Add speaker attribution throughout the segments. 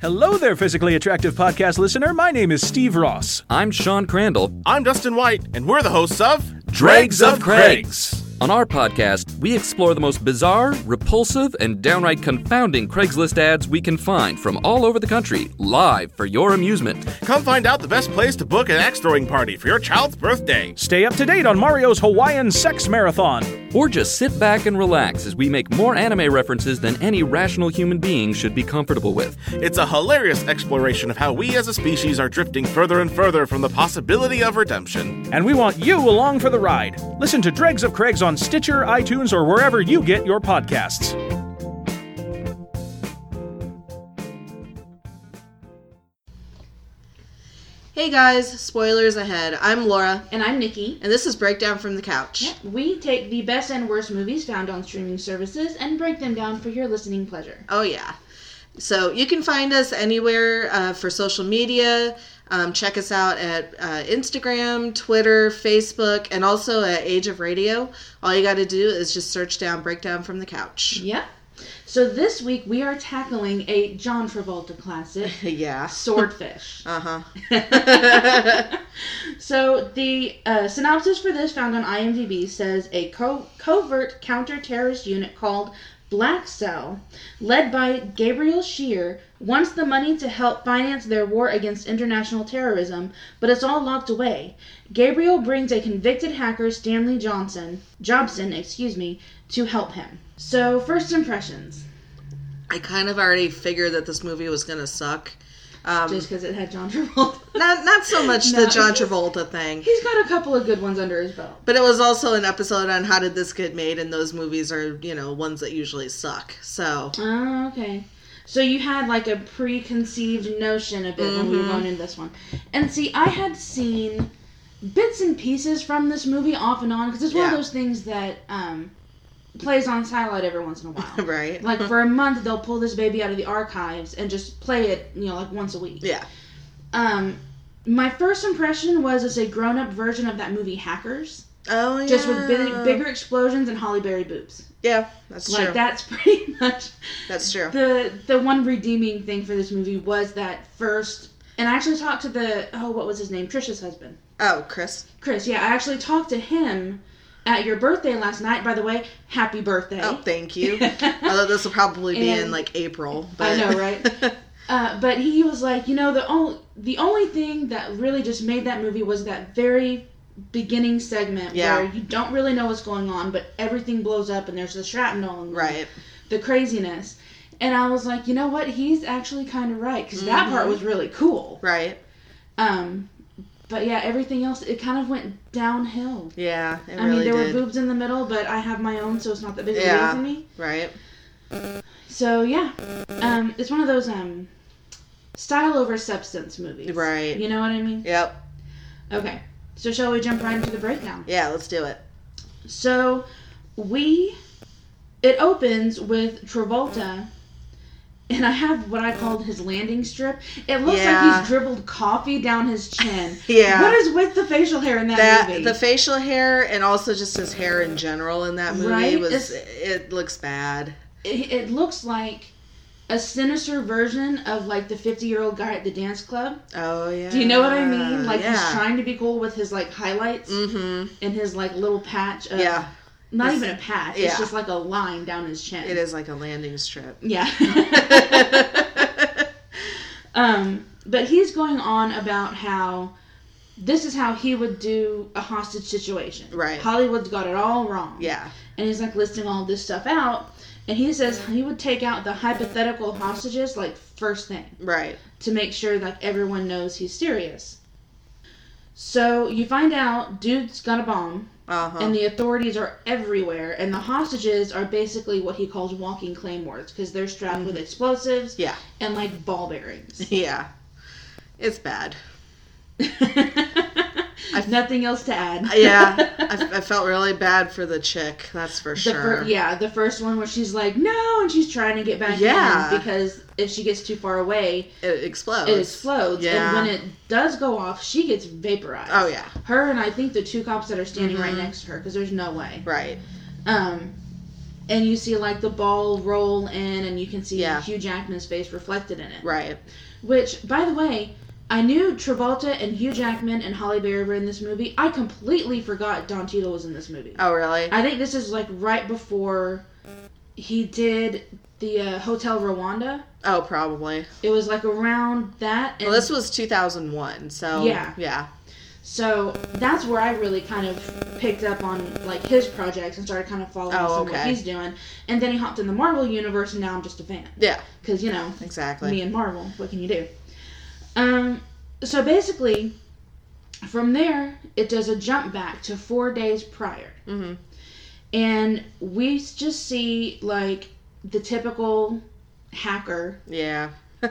Speaker 1: Hello there, physically attractive podcast listener. My name is Steve Ross.
Speaker 2: I'm Sean Crandall.
Speaker 3: I'm Dustin White, and we're the hosts of
Speaker 2: Dregs of Craigs. On our podcast, we explore the most bizarre, repulsive, and downright confounding Craigslist ads we can find from all over the country, live for your amusement.
Speaker 3: Come find out the best place to book an axe throwing party for your child's birthday.
Speaker 1: Stay up to date on Mario's Hawaiian Sex Marathon.
Speaker 2: Or just sit back and relax as we make more anime references than any rational human being should be comfortable with.
Speaker 3: It's a hilarious exploration of how we as a species are drifting further and further from the possibility of redemption.
Speaker 1: And we want you along for the ride. Listen to Dregs of Craigs on Stitcher, iTunes, or wherever you get your podcasts.
Speaker 4: Hey guys, spoilers ahead. I'm Laura,
Speaker 5: And I'm Nikki.
Speaker 4: and this is Breakdown from the Couch.
Speaker 5: We take the best and worst movies found on streaming services and break them down for your listening pleasure.
Speaker 4: Oh, yeah. So you can find us anywhere uh, for social media. Um, check us out at uh, Instagram, Twitter, Facebook, and also at Age of Radio. All you got to do is just search down Breakdown from the Couch.
Speaker 5: Yep. So this week we are tackling a John Travolta classic,
Speaker 4: Yeah.
Speaker 5: Swordfish.
Speaker 4: Uh huh.
Speaker 5: so the uh, synopsis for this found on IMDb says a co- covert counter-terrorist unit called Black Cell, led by Gabriel Shear, wants the money to help finance their war against international terrorism, but it's all locked away. Gabriel brings a convicted hacker, Stanley Johnson, Jobson, excuse me, to help him. So first impressions,
Speaker 4: I kind of already figured that this movie was going to suck. Um,
Speaker 5: just because it had John Travolta.
Speaker 4: not, not so much the
Speaker 5: No.
Speaker 4: John Travolta thing,
Speaker 5: He's got a couple of good ones under his belt.
Speaker 4: but it was also an episode on how did this get made, and those movies are, you know, ones that usually suck. So.
Speaker 5: Oh, okay. So you had like a preconceived notion of it when
Speaker 4: Mm-hmm.
Speaker 5: we were going into this one. And see, I had seen bits and pieces from this movie off and on because it's one
Speaker 4: Yeah.
Speaker 5: of those things that um, plays on satellite every once in a while.
Speaker 4: Right.
Speaker 5: Like for a month, they'll pull this baby out of the archives and just play it, you know, like once a week.
Speaker 4: yeah.
Speaker 5: Um, my first impression was it's a grown-up version of that movie Hackers,
Speaker 4: Oh yeah.
Speaker 5: just with big, bigger explosions and Holly Berry boobs.
Speaker 4: Yeah, that's
Speaker 5: Like
Speaker 4: true.
Speaker 5: that's pretty much
Speaker 4: That's true.
Speaker 5: the the one redeeming thing for this movie was that first and I actually talked to the oh what was his name Trisha's husband
Speaker 4: Oh, Chris.
Speaker 5: Chris yeah I actually talked to him at your birthday last night by the way happy birthday
Speaker 4: Oh, thank you. Although this will probably be in
Speaker 5: And-
Speaker 4: like April.
Speaker 5: I
Speaker 4: But...
Speaker 5: know, right? uh, but he was like you know the only the only thing that really just made that movie was that very beginning segment
Speaker 4: Yeah.
Speaker 5: where you don't really know what's going on but everything blows up and there's the shrapnel and the-
Speaker 4: right.
Speaker 5: the craziness and I was like you know what he's actually kind of right because
Speaker 4: Mm-hmm.
Speaker 5: that part was really cool
Speaker 4: Right.
Speaker 5: Um, but yeah, everything else it kind of went downhill.
Speaker 4: Yeah. It
Speaker 5: I mean,
Speaker 4: really
Speaker 5: there
Speaker 4: did.
Speaker 5: were boobs in the middle, but I have my own, so it's not that big of a
Speaker 4: Yeah.
Speaker 5: deal for me.
Speaker 4: Right.
Speaker 5: So yeah, um, it's one of those um, style over substance movies,
Speaker 4: Right.
Speaker 5: You know what I mean?
Speaker 4: Yep.
Speaker 5: Okay, so shall we jump right into the breakdown?
Speaker 4: Yeah. Let's do it.
Speaker 5: So we it opens with Travolta. And I have what I called his landing strip. It looks like
Speaker 4: Yeah.
Speaker 5: he's dribbled coffee down his chin.
Speaker 4: Yeah.
Speaker 5: What is with the facial hair in that,
Speaker 4: That
Speaker 5: movie?
Speaker 4: the facial hair and also just his hair in general in that movie
Speaker 5: Right?
Speaker 4: was
Speaker 5: It's-
Speaker 4: it looks bad.
Speaker 5: it, it looks like a sinister version of like the 50 year old guy at the dance club.
Speaker 4: Oh yeah.
Speaker 5: Do you know what I mean? Like he's
Speaker 4: Uh, yeah.
Speaker 5: trying to be cool with his like highlights
Speaker 4: Mm-hmm.
Speaker 5: and his like little patch of
Speaker 4: Yeah.
Speaker 5: not
Speaker 4: This-
Speaker 5: even a patch.
Speaker 4: yeah.
Speaker 5: It's just like a line down his chin.
Speaker 4: It is like a landing strip.
Speaker 5: Yeah. um, but he's going on about how this is how he would do a hostage situation.
Speaker 4: Right.
Speaker 5: Hollywood's got it all wrong
Speaker 4: yeah.
Speaker 5: and he's like listing all this stuff out and he says he would take out the hypothetical hostages like first thing
Speaker 4: Right.
Speaker 5: to make sure like everyone knows he's serious so you find out dude's got a bomb
Speaker 4: Uh huh.
Speaker 5: and the authorities are everywhere and the hostages are basically what he calls walking claymores because they're strapped with explosives
Speaker 4: Mm-hmm. Yeah.
Speaker 5: and like ball bearings
Speaker 4: Yeah. It's bad.
Speaker 5: I've nothing else to add
Speaker 4: yeah, I, I felt really bad for the chick. That's for
Speaker 5: The
Speaker 4: sure.
Speaker 5: fir- yeah, the first one where she's like, no, and she's trying to get back
Speaker 4: Yeah.
Speaker 5: in because if she gets too far away,
Speaker 4: It explodes.
Speaker 5: it explodes.
Speaker 4: Yeah.
Speaker 5: And when it does go off, she gets vaporized.
Speaker 4: oh yeah, Mm-hmm.
Speaker 5: Her and I think the two cops that are standing right next to her because there's no way.
Speaker 4: right.
Speaker 5: Um, and you see like the ball roll in, and you can see
Speaker 4: Yeah.
Speaker 5: Hugh Jackman's face reflected in it.
Speaker 4: Right.
Speaker 5: Which, by the way, I knew Travolta and Hugh Jackman and Holly Berry were in this movie. I completely forgot Don Cheadle was in this movie.
Speaker 4: Oh, really?
Speaker 5: I think this is like right before he did the uh, Hotel Rwanda.
Speaker 4: Oh, probably.
Speaker 5: It was like around that. And
Speaker 4: Well, this was 2001, so
Speaker 5: Yeah.
Speaker 4: yeah,
Speaker 5: So that's where I really kind of picked up on like his projects and started kind of following
Speaker 4: Oh,
Speaker 5: some of what
Speaker 4: okay.
Speaker 5: he's doing. And then he hopped in the Marvel universe, and now I'm just a fan
Speaker 4: yeah,
Speaker 5: because you know
Speaker 4: exactly.
Speaker 5: me and Marvel. What can you do? Um, so basically, from there it does a jump back to four days prior,
Speaker 4: Mhm.
Speaker 5: and we just see like the typical hacker
Speaker 4: Yeah,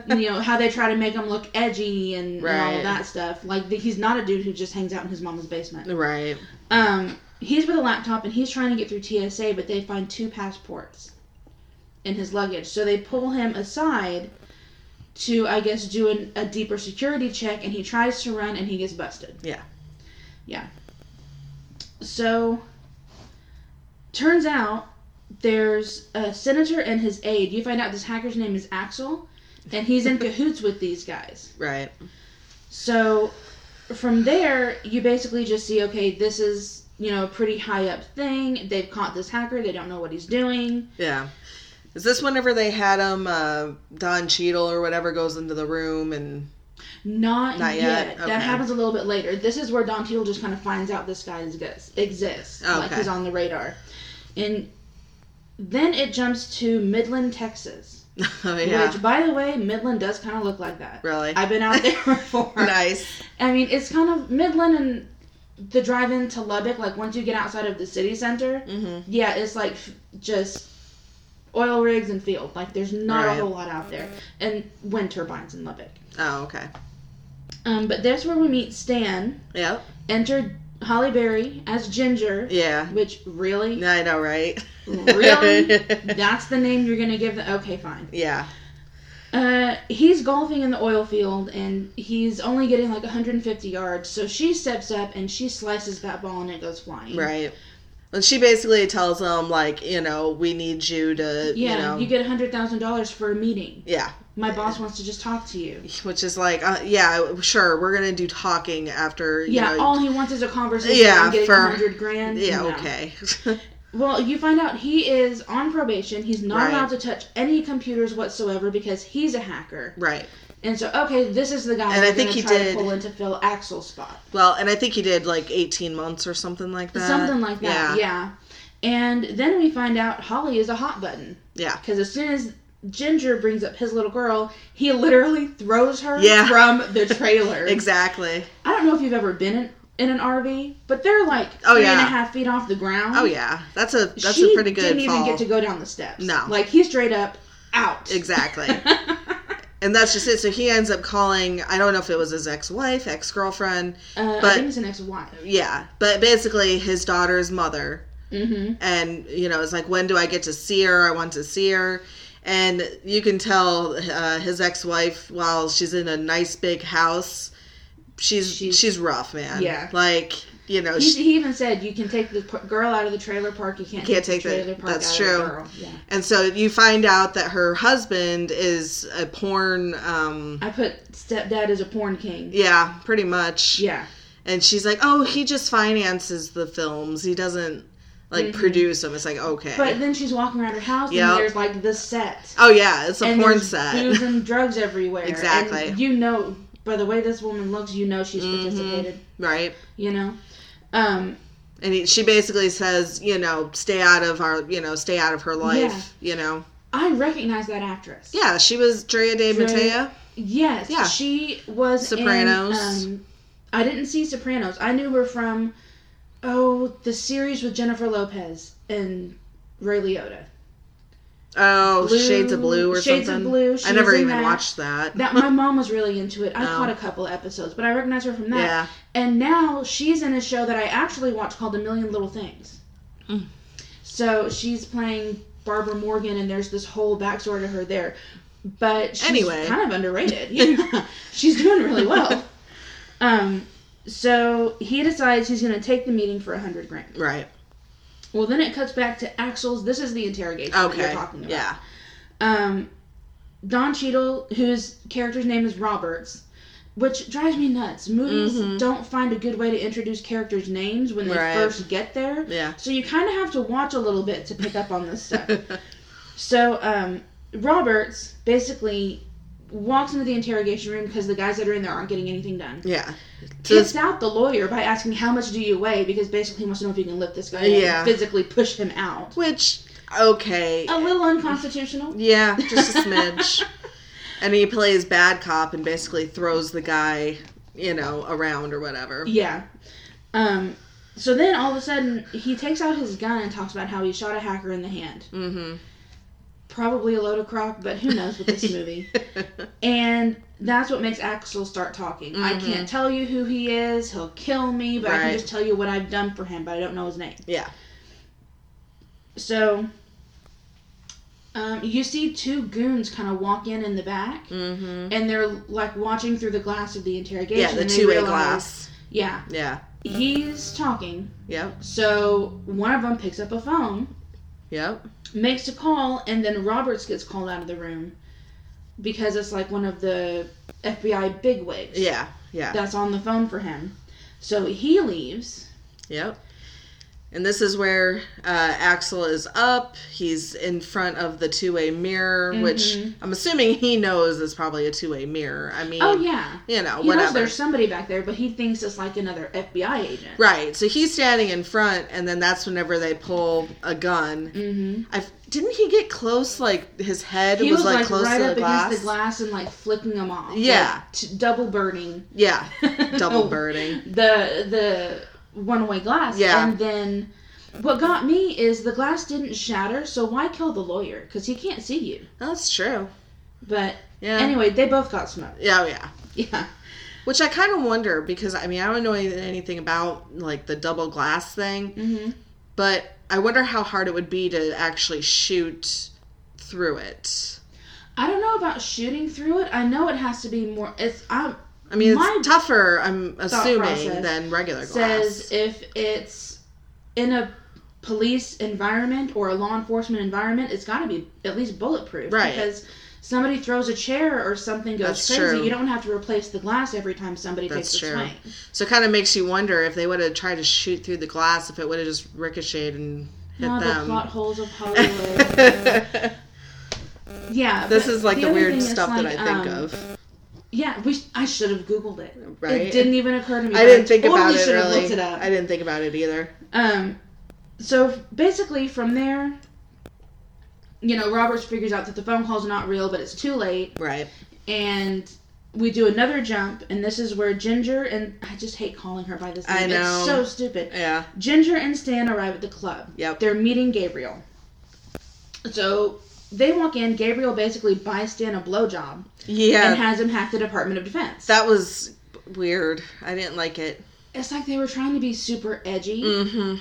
Speaker 5: you know how they try to make him look edgy and, and all
Speaker 4: Right.
Speaker 5: of that stuff. Like the, he's not a dude who just hangs out in his mama's basement.
Speaker 4: right.
Speaker 5: Um, he's with a laptop and he's trying to get through TSA, but they find two passports in his luggage, so they pull him aside to, I guess, do an, a deeper security check. And he tries to run and he gets busted.
Speaker 4: Yeah.
Speaker 5: yeah. So turns out there's a senator and his aide. You find out this hacker's name is Axel, and he's in cahoots with these guys.
Speaker 4: Right.
Speaker 5: So from there, you basically just see okay, this is, you know, a pretty high up thing. They've caught this hacker, they don't know what he's doing.
Speaker 4: Yeah. Is this whenever they had him, uh, Don Cheadle or whatever goes into the room and
Speaker 5: Not,
Speaker 4: Not
Speaker 5: yet.
Speaker 4: yet? Okay.
Speaker 5: That happens a little bit later. This is where Don Teal just kind of finds out this guy exists. exists Like
Speaker 4: Okay.
Speaker 5: he's on the radar. And then it jumps to Midland, Texas.
Speaker 4: oh yeah,
Speaker 5: Which, by the way, Midland does kind of look like that.
Speaker 4: really
Speaker 5: I've been out there before.
Speaker 4: nice.
Speaker 5: I mean, it's kind of Midland and the drive in to Lubbock. Like once you get outside of the city center,
Speaker 4: hmm
Speaker 5: yeah, it's like f- just oil rigs and field. Like there's not
Speaker 4: Right.
Speaker 5: a whole lot out there, and wind turbines in Lubbock.
Speaker 4: Oh okay.
Speaker 5: Um, but that's where we meet Stan.
Speaker 4: Yep.
Speaker 5: Enter Holly Berry as Ginger,
Speaker 4: Yeah.
Speaker 5: which really,
Speaker 4: I know, right?
Speaker 5: really, that's the name you're gonna give the. Okay, fine.
Speaker 4: yeah.
Speaker 5: Uh, he's golfing in the oil field and he's only getting like 150 yards. So she steps up and she slices that ball and it goes flying.
Speaker 4: Right. And she basically tells him, like, you know, we need you to,
Speaker 5: Yeah,
Speaker 4: you know,
Speaker 5: you get $100,000 for a meeting.
Speaker 4: yeah,
Speaker 5: My boss wants to just talk to you.
Speaker 4: which is like, uh, yeah, sure, we're gonna do talking after, you
Speaker 5: Yeah,
Speaker 4: know,
Speaker 5: all he wants is a conversation.
Speaker 4: Yeah,
Speaker 5: Yeah, getting
Speaker 4: for-
Speaker 5: 100 grand.
Speaker 4: yeah,
Speaker 5: No.
Speaker 4: okay,
Speaker 5: Well, you find out he is on probation. He's not
Speaker 4: Right.
Speaker 5: allowed to touch any computers whatsoever because he's a hacker.
Speaker 4: right.
Speaker 5: And so, okay, this is the guy.
Speaker 4: And I
Speaker 5: we're
Speaker 4: think he
Speaker 5: gonna try
Speaker 4: did-
Speaker 5: to pull in to fill Axel's spot.
Speaker 4: Well, and I think he did like eighteen months or something like that.
Speaker 5: Something like
Speaker 4: Yeah,
Speaker 5: that, yeah. And then we find out Holly is a hot button
Speaker 4: yeah.
Speaker 5: because as soon as Ginger brings up his little girl, he literally throws her
Speaker 4: Yeah.
Speaker 5: from the trailer.
Speaker 4: exactly.
Speaker 5: I don't know if you've ever been in, in an RV, but they're like
Speaker 4: Oh,
Speaker 5: three and a half
Speaker 4: yeah.
Speaker 5: feet off the ground.
Speaker 4: Oh yeah, that's a that's
Speaker 5: she
Speaker 4: a pretty good
Speaker 5: didn't
Speaker 4: fall.
Speaker 5: even get to go down the steps.
Speaker 4: No.
Speaker 5: like he straight up out. Uh,
Speaker 4: Exactly. and that's just it. So he ends up calling. I don't know if it was his ex-wife, ex-girlfriend.
Speaker 5: Uh, I
Speaker 4: But-
Speaker 5: think it's an ex-wife.
Speaker 4: Yeah, but basically his daughter's mother
Speaker 5: Mm-hmm.
Speaker 4: and you know it's like when do i get to see her i want to see her and you can tell uh, his ex-wife while she's in a nice big house she's
Speaker 5: She's-
Speaker 4: she's, rough man
Speaker 5: Yeah.
Speaker 4: like you know
Speaker 5: He,
Speaker 4: she,
Speaker 5: he even said you can take the p- girl out of the trailer park. You can't,
Speaker 4: Can't
Speaker 5: take the
Speaker 4: take the-
Speaker 5: trailer park
Speaker 4: that's
Speaker 5: out of the
Speaker 4: true.
Speaker 5: girl. Yeah.
Speaker 4: and so you find out that her husband is a porn um
Speaker 5: I put stepdad as a porn king.
Speaker 4: yeah pretty much
Speaker 5: Yeah.
Speaker 4: and she's like oh he just finances the films he doesn't like produce them it's like okay
Speaker 5: Mm-hmm. But then she's walking around her house
Speaker 4: Yep.
Speaker 5: and there's like the set.
Speaker 4: oh yeah it's a
Speaker 5: and
Speaker 4: porn
Speaker 5: there's
Speaker 4: set
Speaker 5: Booze and drugs everywhere.
Speaker 4: Exactly. Mm-hmm.
Speaker 5: And you know, by the way this woman looks, you know she's participated.
Speaker 4: right
Speaker 5: You know? Um,
Speaker 4: and he, she basically says, you know, stay out of our, you know, stay out of her life, you know.
Speaker 5: I recognize that actress.
Speaker 4: Yeah, she was Drea De
Speaker 5: Drea-
Speaker 4: Matteo.
Speaker 5: Yes.
Speaker 4: Yeah.
Speaker 5: She was in,
Speaker 4: Sopranos.
Speaker 5: um, I didn't see Sopranos. I knew her from, oh, the series with Jennifer Lopez and Ray Liotta.
Speaker 4: Oh,
Speaker 5: Blue-
Speaker 4: Shades of Blue or
Speaker 5: Shades of
Speaker 4: something.
Speaker 5: Blue, she
Speaker 4: I never
Speaker 5: was in
Speaker 4: even
Speaker 5: that.
Speaker 4: watched that.
Speaker 5: That my mom was really into it. I
Speaker 4: Oh.
Speaker 5: caught a couple episodes, but I recognize her from that.
Speaker 4: yeah.
Speaker 5: And now she's in a show that I actually watch called A Million Little Things.
Speaker 4: Mm.
Speaker 5: So she's playing Barbara Morgan, and there's this whole backstory to her there. But she's
Speaker 4: Anyway.
Speaker 5: kind of underrated. Yeah. she's doing really well. Um, so he decides he's going to take the meeting for a hundred grand.
Speaker 4: Right.
Speaker 5: Well, then it cuts back to Axel's. This is the interrogation that
Speaker 4: Okay.
Speaker 5: you're talking about.
Speaker 4: Yeah.
Speaker 5: Um, Don Cheadle, whose character's name is Roberts, which drives me nuts. Movies don't find a good way to introduce characters' names when they
Speaker 4: Mm-hmm. Right.
Speaker 5: first get there.
Speaker 4: Yeah.
Speaker 5: So you kind of have to watch a little bit to pick up on this stuff. so um, Roberts basically walks into the interrogation room because the guys that are in there aren't getting anything done.
Speaker 4: Yeah. So
Speaker 5: Kicks
Speaker 4: it's,
Speaker 5: out the lawyer by asking how much do you weigh because basically he wants to know if you can lift this guy up
Speaker 4: Yeah.
Speaker 5: and physically push him out.
Speaker 4: which okay.
Speaker 5: A little unconstitutional.
Speaker 4: Yeah, just a smidge. and he plays bad cop and basically throws the guy, you know, around or whatever.
Speaker 5: Yeah. Um, so then all of a sudden, he takes out his gun and talks about how he shot a hacker in the hand.
Speaker 4: Mhm.
Speaker 5: Probably a load of crap, but who knows with this movie.
Speaker 4: Mm-hmm.
Speaker 5: and that's what makes Axel start talking. I can't tell you who he is. He'll kill me, but I
Speaker 4: Mm-hmm. Right.
Speaker 5: can just tell you what I've done for him, but I don't know his name.
Speaker 4: yeah.
Speaker 5: So. Um, you see two goons kind of walk in in the back, mm-hmm. and they're like watching through the glass of the interrogation.
Speaker 4: Yeah, the
Speaker 5: and they
Speaker 4: two way
Speaker 5: realize-
Speaker 4: glass.
Speaker 5: Yeah,
Speaker 4: Yeah.
Speaker 5: he's talking,
Speaker 4: Yep.
Speaker 5: So one of them picks up a phone,
Speaker 4: Yep.
Speaker 5: makes a call, and then Roberts gets called out of the room because it's like one of the FBI bigwigs
Speaker 4: Yeah. Yeah.
Speaker 5: that's on the phone for him. So he leaves.
Speaker 4: Yep. And this is where uh, Axel is up. He's in front of the two way mirror, which
Speaker 5: Mm-hmm.
Speaker 4: I'm assuming he knows is probably a two way mirror. I mean,
Speaker 5: Oh yeah,
Speaker 4: you know,
Speaker 5: he knows
Speaker 4: whatever.
Speaker 5: there's somebody back there, but he thinks it's like another FBI agent.
Speaker 4: Right. So he's standing in front, and then that's whenever they pull a gun. Mm-hmm. I didn't he get close? Like his head
Speaker 5: He
Speaker 4: was,
Speaker 5: was,
Speaker 4: like,
Speaker 5: like,
Speaker 4: close
Speaker 5: right
Speaker 4: to
Speaker 5: up
Speaker 4: the glass.
Speaker 5: against the glass and like flicking them off. like,
Speaker 4: Yeah.
Speaker 5: t- double burning
Speaker 4: Yeah,
Speaker 5: Oh.
Speaker 4: double birding.
Speaker 5: the the one way glass.
Speaker 4: Yeah.
Speaker 5: And then what got me is the glass didn't shatter, so why kill the lawyer? Because he can't see you.
Speaker 4: That's true.
Speaker 5: But
Speaker 4: Yeah.
Speaker 5: anyway, they both got smoked.
Speaker 4: Yeah, oh, yeah.
Speaker 5: Yeah.
Speaker 4: Which I kind of wonder because I mean I don't know any- anything about like the double glass thing,
Speaker 5: Mm-hmm.
Speaker 4: but I wonder how hard it would be to actually shoot through it.
Speaker 5: I don't know about shooting through it. I know it has to be more. It's um,
Speaker 4: I
Speaker 5: I
Speaker 4: mean, it's
Speaker 5: My
Speaker 4: tougher. I'm assuming
Speaker 5: process
Speaker 4: than regular glass.
Speaker 5: says if it's in a police environment or a law enforcement environment, it's got to be at least bulletproof.
Speaker 4: Right.
Speaker 5: Because somebody throws a chair or something goes
Speaker 4: That's
Speaker 5: crazy,
Speaker 4: true.
Speaker 5: you don't have to replace the glass every time somebody
Speaker 4: That's
Speaker 5: takes a
Speaker 4: true.
Speaker 5: swing.
Speaker 4: So it kind of makes you wonder if they would have tried to shoot through the glass, if it would have just ricocheted and hit
Speaker 5: Ah, the
Speaker 4: them.
Speaker 5: plot holes of Hollywood. yeah,
Speaker 4: This
Speaker 5: but
Speaker 4: is like the,
Speaker 5: other
Speaker 4: weird
Speaker 5: thing is,
Speaker 4: stuff that I
Speaker 5: like,
Speaker 4: think
Speaker 5: um,
Speaker 4: of.
Speaker 5: Yeah, we. sh- I should have googled it.
Speaker 4: Right?
Speaker 5: It didn't even occur to me.
Speaker 4: I
Speaker 5: but
Speaker 4: didn't think about
Speaker 5: totally
Speaker 4: it
Speaker 5: should have
Speaker 4: really.
Speaker 5: looked it up.
Speaker 4: I didn't think about it either.
Speaker 5: Um, so basically, from there, you know, Roberts figures out that the phone call's not real, but it's too late,
Speaker 4: Right.
Speaker 5: and we do another jump, and this is where Ginger and I just hate calling her by this name.
Speaker 4: I know.
Speaker 5: It's so stupid.
Speaker 4: Yeah.
Speaker 5: Ginger and Stan arrive at the club.
Speaker 4: Yep.
Speaker 5: They're meeting Gabriel. So they walk in. Gabriel basically buys Stan a blowjob and
Speaker 4: Yeah.
Speaker 5: has him hack the Department of Defense.
Speaker 4: That was weird. I didn't like it.
Speaker 5: it's like they were trying to be super edgy,
Speaker 4: hmm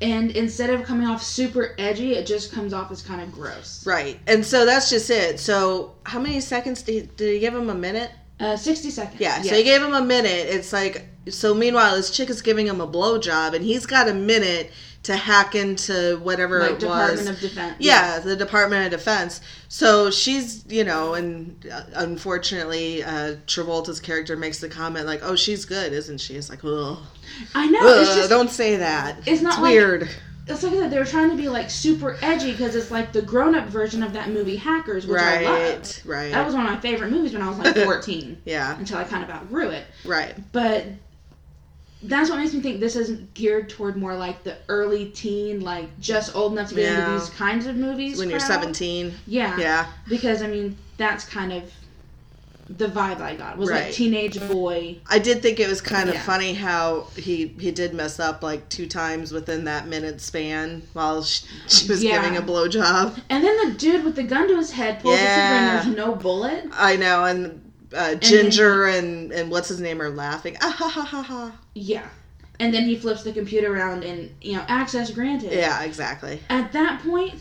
Speaker 5: and instead of coming off super edgy, it just comes off as kind of gross.
Speaker 4: Right. And so that's just it. So how many seconds did he, did he give him? A minute?
Speaker 5: Uh, 60 seconds.
Speaker 4: Yeah. So he gave him a minute. It's like so. Meanwhile, this chick is giving him a blowjob, and he's got a minute to hack into whatever
Speaker 5: like
Speaker 4: it
Speaker 5: Department
Speaker 4: was.
Speaker 5: of Defense.
Speaker 4: yeah, the Department of Defense. So she's, you know, and uh, unfortunately, uh, Travolta's character makes the comment like, "Oh, she's good, isn't she?" It's like, ugh,
Speaker 5: I know. it's
Speaker 4: ugh,
Speaker 5: just
Speaker 4: don't say that.
Speaker 5: it's not like-
Speaker 4: weird.
Speaker 5: it's like that they were trying to be like super edgy because it's like the grown-up version of that movie Hackers, which I loved.
Speaker 4: Right, right.
Speaker 5: That was one of my favorite movies when I was like 14
Speaker 4: yeah,
Speaker 5: until I kind of outgrew it.
Speaker 4: right.
Speaker 5: But that's what makes me think this is geared toward more like the early teen, like just old enough to get
Speaker 4: Yeah.
Speaker 5: into these kinds of movies.
Speaker 4: When you're
Speaker 5: crowd.
Speaker 4: 17,
Speaker 5: Yeah.
Speaker 4: yeah,
Speaker 5: Because I mean, that's kind of the vibe I got. Was
Speaker 4: Right.
Speaker 5: like teenage boy.
Speaker 4: I did think it was kind of
Speaker 5: Yeah.
Speaker 4: funny how he he did mess up like two times within that minute span while she, she was
Speaker 5: Yeah.
Speaker 4: giving a blowjob.
Speaker 5: And then the dude with the gun to his head pulls
Speaker 4: Yeah.
Speaker 5: the trigger and there's no bullet.
Speaker 4: I know, and uh, Ginger and and what's his name are laughing. Ah ha ha ha ha.
Speaker 5: Yeah. And then he flips the computer around and, you know, access granted.
Speaker 4: Yeah, exactly.
Speaker 5: At that point,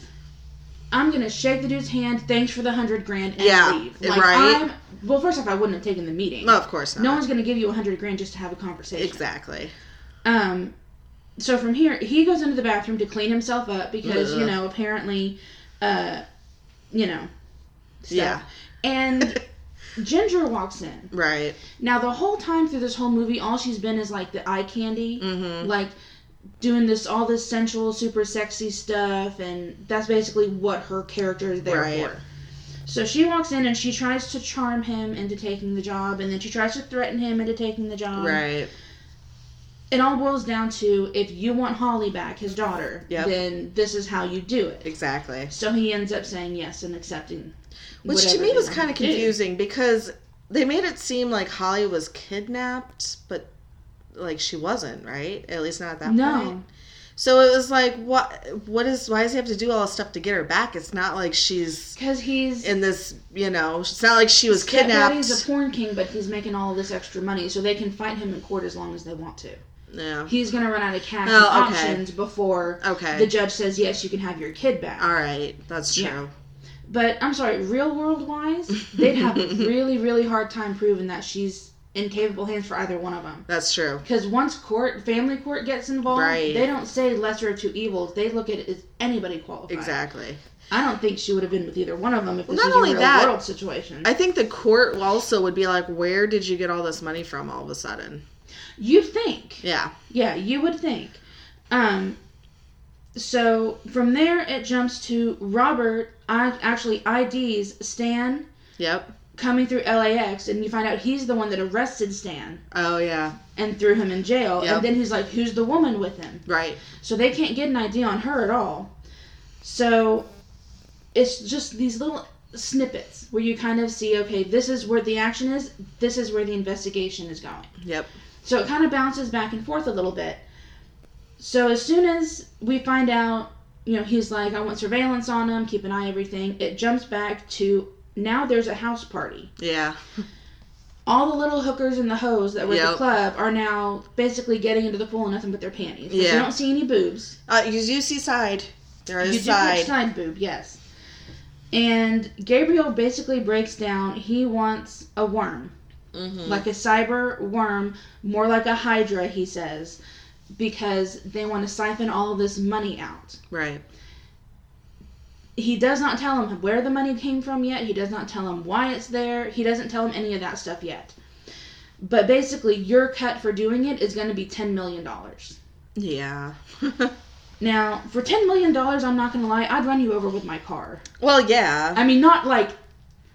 Speaker 5: I'm going to shake the dude's hand, thanks for the hundred grand, and
Speaker 4: Yeah,
Speaker 5: leave. Like,
Speaker 4: right.
Speaker 5: I'm, well, first off, I wouldn't have taken the meeting.
Speaker 4: No, of course not.
Speaker 5: No one's going to give you a hundred grand just to have a conversation.
Speaker 4: exactly.
Speaker 5: Um, so from here, he goes into the bathroom to clean himself up because you know apparently, uh, you know, stuff.
Speaker 4: Yeah.
Speaker 5: And Ginger walks in.
Speaker 4: Right.
Speaker 5: Now the whole time through this whole movie, all she's been is like the eye candy,
Speaker 4: Mm-hmm.
Speaker 5: like doing this all this sensual, super sexy stuff, and that's basically what her character is there
Speaker 4: Right.
Speaker 5: for. So she walks in and she tries to charm him into taking the job, and then she tries to threaten him into taking the job.
Speaker 4: Right.
Speaker 5: It all boils down to if you want Holly back, his daughter,
Speaker 4: Yep.
Speaker 5: then this is how you do it.
Speaker 4: Exactly.
Speaker 5: So he ends up saying yes and accepting.
Speaker 4: Which to
Speaker 5: whatever
Speaker 4: me
Speaker 5: they
Speaker 4: was
Speaker 5: want
Speaker 4: kind of
Speaker 5: to do.
Speaker 4: confusing because they made it seem like Holly was kidnapped, but like she wasn't, right? At least not at that
Speaker 5: No.
Speaker 4: point. So it was like, what? What is? Why does he have to do all this stuff to get her back? It's not like she's
Speaker 5: Because he's
Speaker 4: in this. You know, it's not like she was kidnapped.
Speaker 5: He's a porn king, but he's making all this extra money, so they can fight him in court as long as they want to.
Speaker 4: yeah.
Speaker 5: He's gonna run out of cash
Speaker 4: Oh,
Speaker 5: and
Speaker 4: okay.
Speaker 5: options before
Speaker 4: Okay.
Speaker 5: the judge says yes, you can have your kid back.
Speaker 4: All right, that's true.
Speaker 5: Yeah. But I'm sorry, real world wise, they'd have a really, really hard time proving that she's in capable hands for either one of them.
Speaker 4: That's true.
Speaker 5: Because once court, family court gets involved,
Speaker 4: Right.
Speaker 5: they don't say lesser of two evils. They look at it as anybody qualified.
Speaker 4: Exactly.
Speaker 5: I don't think she would have been with either one of them if this
Speaker 4: not
Speaker 5: was a
Speaker 4: only
Speaker 5: real
Speaker 4: that,
Speaker 5: world situation.
Speaker 4: I think the court also would be like, where did you get all this money from all of a sudden?
Speaker 5: You'd think.
Speaker 4: Yeah.
Speaker 5: Yeah, you would think. Um, so from there, it jumps to Robert. I actually IDs Stan
Speaker 4: Yep.
Speaker 5: coming through LAX, and you find out he's the one that arrested Stan
Speaker 4: Oh yeah.
Speaker 5: and threw him in jail.
Speaker 4: Yep.
Speaker 5: And then he's like, "Who's the woman with him?"
Speaker 4: Right.
Speaker 5: So they can't get an ID on her at all. So it's just these little snippets where you kind of see, okay, this is where the action is. This is where the investigation is going.
Speaker 4: Yep.
Speaker 5: So it kind of bounces back and forth a little bit. So as soon as we find out, you know, he's like, I want surveillance on him, keep an eye on everything, it jumps back to now there's a house party.
Speaker 4: Yeah.
Speaker 5: All the little hookers and the hoes that were at
Speaker 4: Yep.
Speaker 5: the club are now basically getting into the pool in nothing but their panties. But
Speaker 4: Yeah.
Speaker 5: You don't see any boobs.
Speaker 4: Uh, you do see side. There
Speaker 5: You do
Speaker 4: is
Speaker 5: catch
Speaker 4: side.
Speaker 5: side boob, yes. And Gabriel basically breaks down he wants a worm.
Speaker 4: Mm-hmm.
Speaker 5: Like a cyber worm, more like a hydra, he says, because they want to siphon all of this money out.
Speaker 4: Right.
Speaker 5: He does not tell him where the money came from yet. He does not tell him why it's there. He doesn't tell him any of that stuff yet. But basically, your cut for doing it is going to be $10 million.
Speaker 4: Yeah.
Speaker 5: Now, for $10 million, I'm not going to lie, I'd run you over with my car.
Speaker 4: well, yeah.
Speaker 5: I mean, not like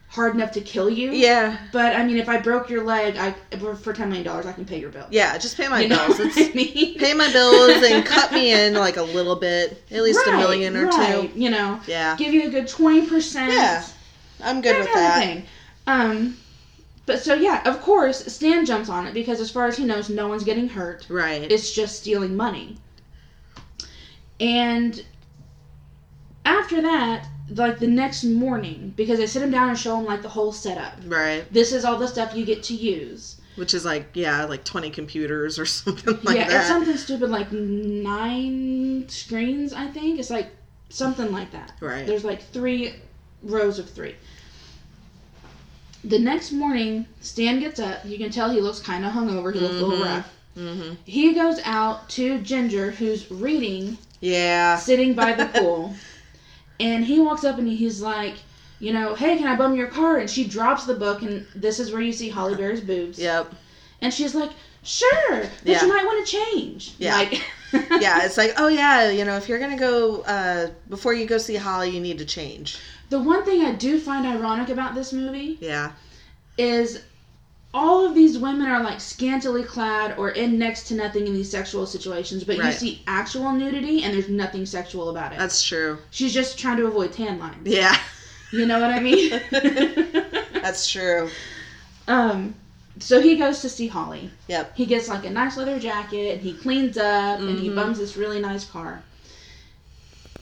Speaker 5: hard enough to kill you.
Speaker 4: yeah.
Speaker 5: But I mean, if I broke your leg, I for for ten million dollars, I can pay your bill.
Speaker 4: Yeah. Just pay my
Speaker 5: You know
Speaker 4: bills.
Speaker 5: what
Speaker 4: It's,
Speaker 5: I mean?
Speaker 4: pay my bills and cut me in like a little bit, at least a
Speaker 5: Right,
Speaker 4: million or
Speaker 5: right,
Speaker 4: two.
Speaker 5: You know,
Speaker 4: Yeah.
Speaker 5: give you a good twenty percent.
Speaker 4: Yeah, I'm good with that.
Speaker 5: Thing. Um, but so yeah, of course, Stan jumps on it because as far as he knows, no one's getting hurt.
Speaker 4: Right.
Speaker 5: It's just stealing money. And after that, like the next morning, because I sit him down and show him like the whole setup.
Speaker 4: right.
Speaker 5: This is all the stuff you get to use.
Speaker 4: Which is like yeah, like 20 computers or something like
Speaker 5: yeah,
Speaker 4: that.
Speaker 5: it's something stupid like nine screens, I think. It's like something like that.
Speaker 4: Right.
Speaker 5: There's like three rows of three. The next morning, Stan gets up. You can tell he looks kind of hungover. He looks a
Speaker 4: Mm-hmm.
Speaker 5: little rough. He goes out to Ginger, who's reading,
Speaker 4: yeah.
Speaker 5: sitting by the pool, and he walks up and he's like, you know, hey, can I bum your car? And she drops the book, and this is where you see Holly Berry's boobs.
Speaker 4: Yep.
Speaker 5: And she's like, sure, but
Speaker 4: Yeah.
Speaker 5: you might want to change.
Speaker 4: Yeah.
Speaker 5: Like,
Speaker 4: Yeah, it's like, oh yeah, you know, if you're gonna go uh, before you go see Holly, you need to change.
Speaker 5: The one thing I do find ironic about this movie
Speaker 4: Yeah,
Speaker 5: is all of these women are like scantily clad or in next to nothing in these sexual situations, but you
Speaker 4: Right.
Speaker 5: see actual nudity and there's nothing sexual about it.
Speaker 4: that's true.
Speaker 5: She's just trying to avoid tan lines.
Speaker 4: Yeah,
Speaker 5: You know what I mean?
Speaker 4: that's true.
Speaker 5: um, so he goes to see Holly.
Speaker 4: Yep.
Speaker 5: He gets like a nice leather jacket and he cleans up and
Speaker 4: Mm-hmm.
Speaker 5: he bums this really nice car.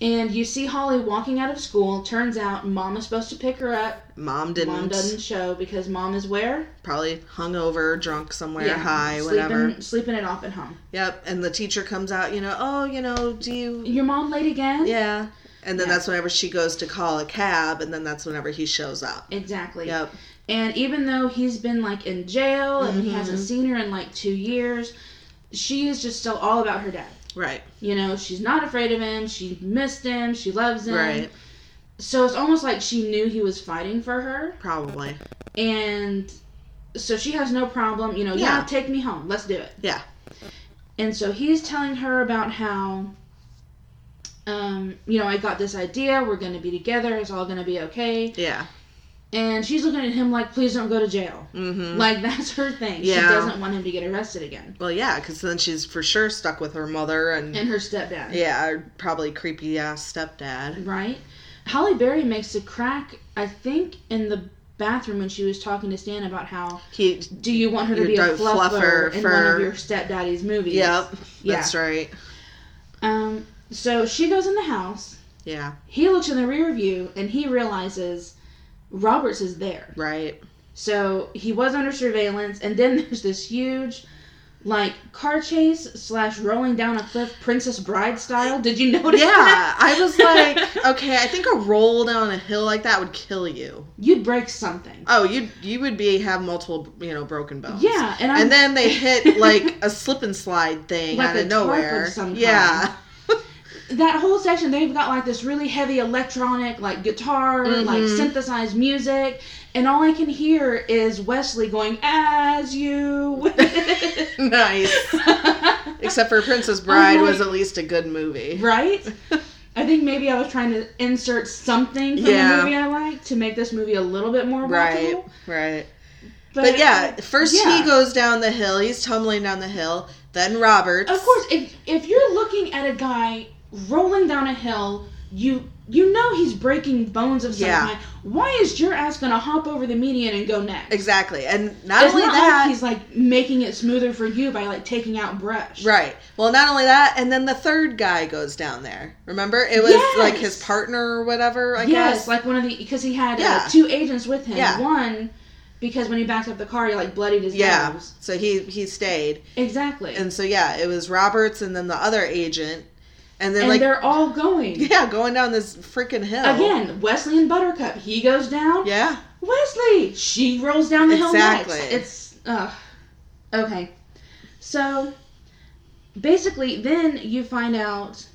Speaker 5: And you see Holly walking out of school. Turns out mom is supposed to pick her up.
Speaker 4: Mom didn't.
Speaker 5: Mom doesn't show because mom is where?
Speaker 4: Probably hungover, drunk somewhere, high,
Speaker 5: sleeping,
Speaker 4: whatever.
Speaker 5: Sleeping it off at home.
Speaker 4: Yep. And the teacher comes out, you know, oh, you know, do you?
Speaker 5: Your mom late again?
Speaker 4: Yeah. And then
Speaker 5: Yeah.
Speaker 4: that's whenever she goes to call a cab, and then that's whenever he shows up.
Speaker 5: Exactly.
Speaker 4: Yep.
Speaker 5: And even though he's been like
Speaker 4: Mm-hmm.
Speaker 5: in jail and he hasn't seen her in like two years, she is just still all about her dad.
Speaker 4: Right.
Speaker 5: You know, she's not afraid of him. She missed him. She loves him.
Speaker 4: Right.
Speaker 5: So it's almost like she knew he was fighting for her.
Speaker 4: Probably.
Speaker 5: And so she has no problem, you know, yeah,
Speaker 4: Yeah.
Speaker 5: take me home. Let's do it.
Speaker 4: Yeah.
Speaker 5: And so he's telling her about how, um, you know, I got this idea. We're going to be together. It's all going to be okay.
Speaker 4: Yeah.
Speaker 5: And she's looking at him like, please don't go to jail.
Speaker 4: Mm-hmm.
Speaker 5: Like, that's her thing. She
Speaker 4: Yeah.
Speaker 5: doesn't want him to get arrested again.
Speaker 4: Well, yeah, because then she's for sure stuck with her mother and,
Speaker 5: And her stepdad.
Speaker 4: Mm. yeah, probably creepy ass stepdad.
Speaker 5: Right? Holly Berry makes a crack, I think, in the bathroom when she was talking to Stan about how,
Speaker 4: He.
Speaker 5: do you want her to
Speaker 4: You
Speaker 5: be a
Speaker 4: don't fluff her
Speaker 5: fluffer, in one
Speaker 4: for-
Speaker 5: of your stepdaddy's movies?
Speaker 4: Yep.
Speaker 5: Yeah.
Speaker 4: That's right.
Speaker 5: Um, so she goes in the house.
Speaker 4: Yeah.
Speaker 5: He looks in the rear view and he realizes Roberts is there.
Speaker 4: Right.
Speaker 5: So he was under surveillance, and then there's this huge, like car chase slash rolling down a cliff, Princess Bride style. Did you notice? that?
Speaker 4: Yeah. I was like, okay, I think a roll down a hill like that would kill you.
Speaker 5: you'd break something.
Speaker 4: Oh, you you would be have multiple you know broken bones.
Speaker 5: Yeah, and, I'm,
Speaker 4: and then they hit like a slip and slide thing
Speaker 5: Like
Speaker 4: out
Speaker 5: a
Speaker 4: of
Speaker 5: tarp of
Speaker 4: nowhere.
Speaker 5: some kind.
Speaker 4: yeah,
Speaker 5: that whole section they've got like this really heavy electronic, like guitar, like
Speaker 4: Mhm.
Speaker 5: synthesized music, and all I can hear is Wesley going as you. will."
Speaker 4: nice. Except for Princess Bride was
Speaker 5: like-
Speaker 4: at least a good movie.
Speaker 5: Oh, right? I think maybe I was trying to insert something from
Speaker 4: Yeah.
Speaker 5: the movie I like to make this movie a little bit more
Speaker 4: Right,
Speaker 5: watchable.
Speaker 4: right. But yeah, first he
Speaker 5: uh, yeah.
Speaker 4: goes down the hill. He's tumbling down the hill. Then Roberts.
Speaker 5: Of course, if if you're looking at a guy rolling down a hill, you you know he's breaking bones of some
Speaker 4: Yeah.
Speaker 5: kind. Why is your ass gonna hop over the median and go next?
Speaker 4: Exactly. And not
Speaker 5: It's
Speaker 4: only
Speaker 5: not
Speaker 4: that,
Speaker 5: like he's like making it smoother for you by like taking out brush.
Speaker 4: Right. Well, not only that, and then the third guy goes down there. Remember, it was
Speaker 5: Yes.
Speaker 4: like his partner or whatever. I
Speaker 5: yes,
Speaker 4: guess.
Speaker 5: like one of the because he had
Speaker 4: Yeah.
Speaker 5: uh, two agents with him.
Speaker 4: Yeah.
Speaker 5: One because when he backed up the car, he like bloodied his
Speaker 4: yeah.
Speaker 5: nose.
Speaker 4: So he he stayed,
Speaker 5: Exactly.
Speaker 4: and so yeah, it was Roberts and then the other agent, and then
Speaker 5: and
Speaker 4: like
Speaker 5: they're all going.
Speaker 4: yeah, going down this freaking hill
Speaker 5: Again, Wesley and Buttercup. He goes down.
Speaker 4: Yeah.
Speaker 5: Wesley. She rolls down the
Speaker 4: Exactly.
Speaker 5: hill next. It's uh, okay. So basically, then you find out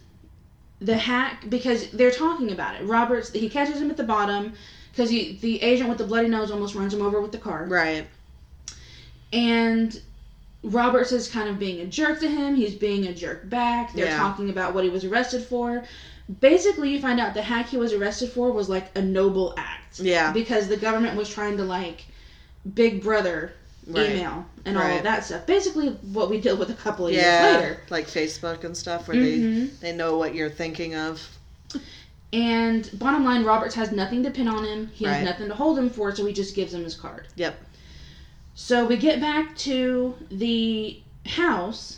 Speaker 5: the hack because they're talking about it. Roberts he catches him at the bottom because the agent with the bloody nose almost runs him over with the car.
Speaker 4: Right.
Speaker 5: And Roberts is kind of being a jerk to him. He's being a jerk back. They're
Speaker 4: Yeah.
Speaker 5: talking about what he was arrested for. Basically, you find out the hack he was arrested for was like a noble act.
Speaker 4: Yeah.
Speaker 5: Because the government was trying to like Big Brother
Speaker 4: Right.
Speaker 5: email and all
Speaker 4: Right.
Speaker 5: of that stuff. Basically, what we deal with a couple of
Speaker 4: yeah.
Speaker 5: years later.
Speaker 4: Like Facebook and stuff, where
Speaker 5: Mhm.
Speaker 4: they they know what you're thinking of.
Speaker 5: And bottom line, Roberts has nothing to pin on him. He
Speaker 4: Right.
Speaker 5: has nothing to hold him for, so he just gives him his card.
Speaker 4: Yep.
Speaker 5: So we get back to the house,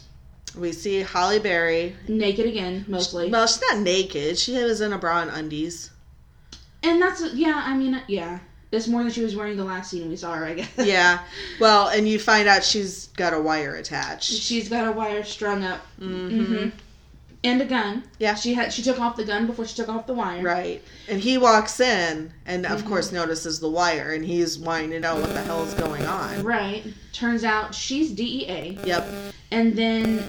Speaker 4: We see Holly Berry.
Speaker 5: naked again, mostly.
Speaker 4: Well, she's not naked. She was in a bra and undies.
Speaker 5: And that's yeah. I mean, yeah. It's more than she was wearing the last scene we saw her. I guess.
Speaker 4: Yeah. Well, and you find out she's got a wire attached.
Speaker 5: She's got a wire strung up. Mm-hmm.
Speaker 4: Mhm.
Speaker 5: And a gun.
Speaker 4: Yeah.
Speaker 5: She had. She took off the gun before she took off the wire.
Speaker 4: Right. And he walks in and,
Speaker 5: Mm-hmm.
Speaker 4: of course, notices the wire and he's wanting to know what the hell's going on.
Speaker 5: Right. Turns out she's DEA,
Speaker 4: Yep.
Speaker 5: and then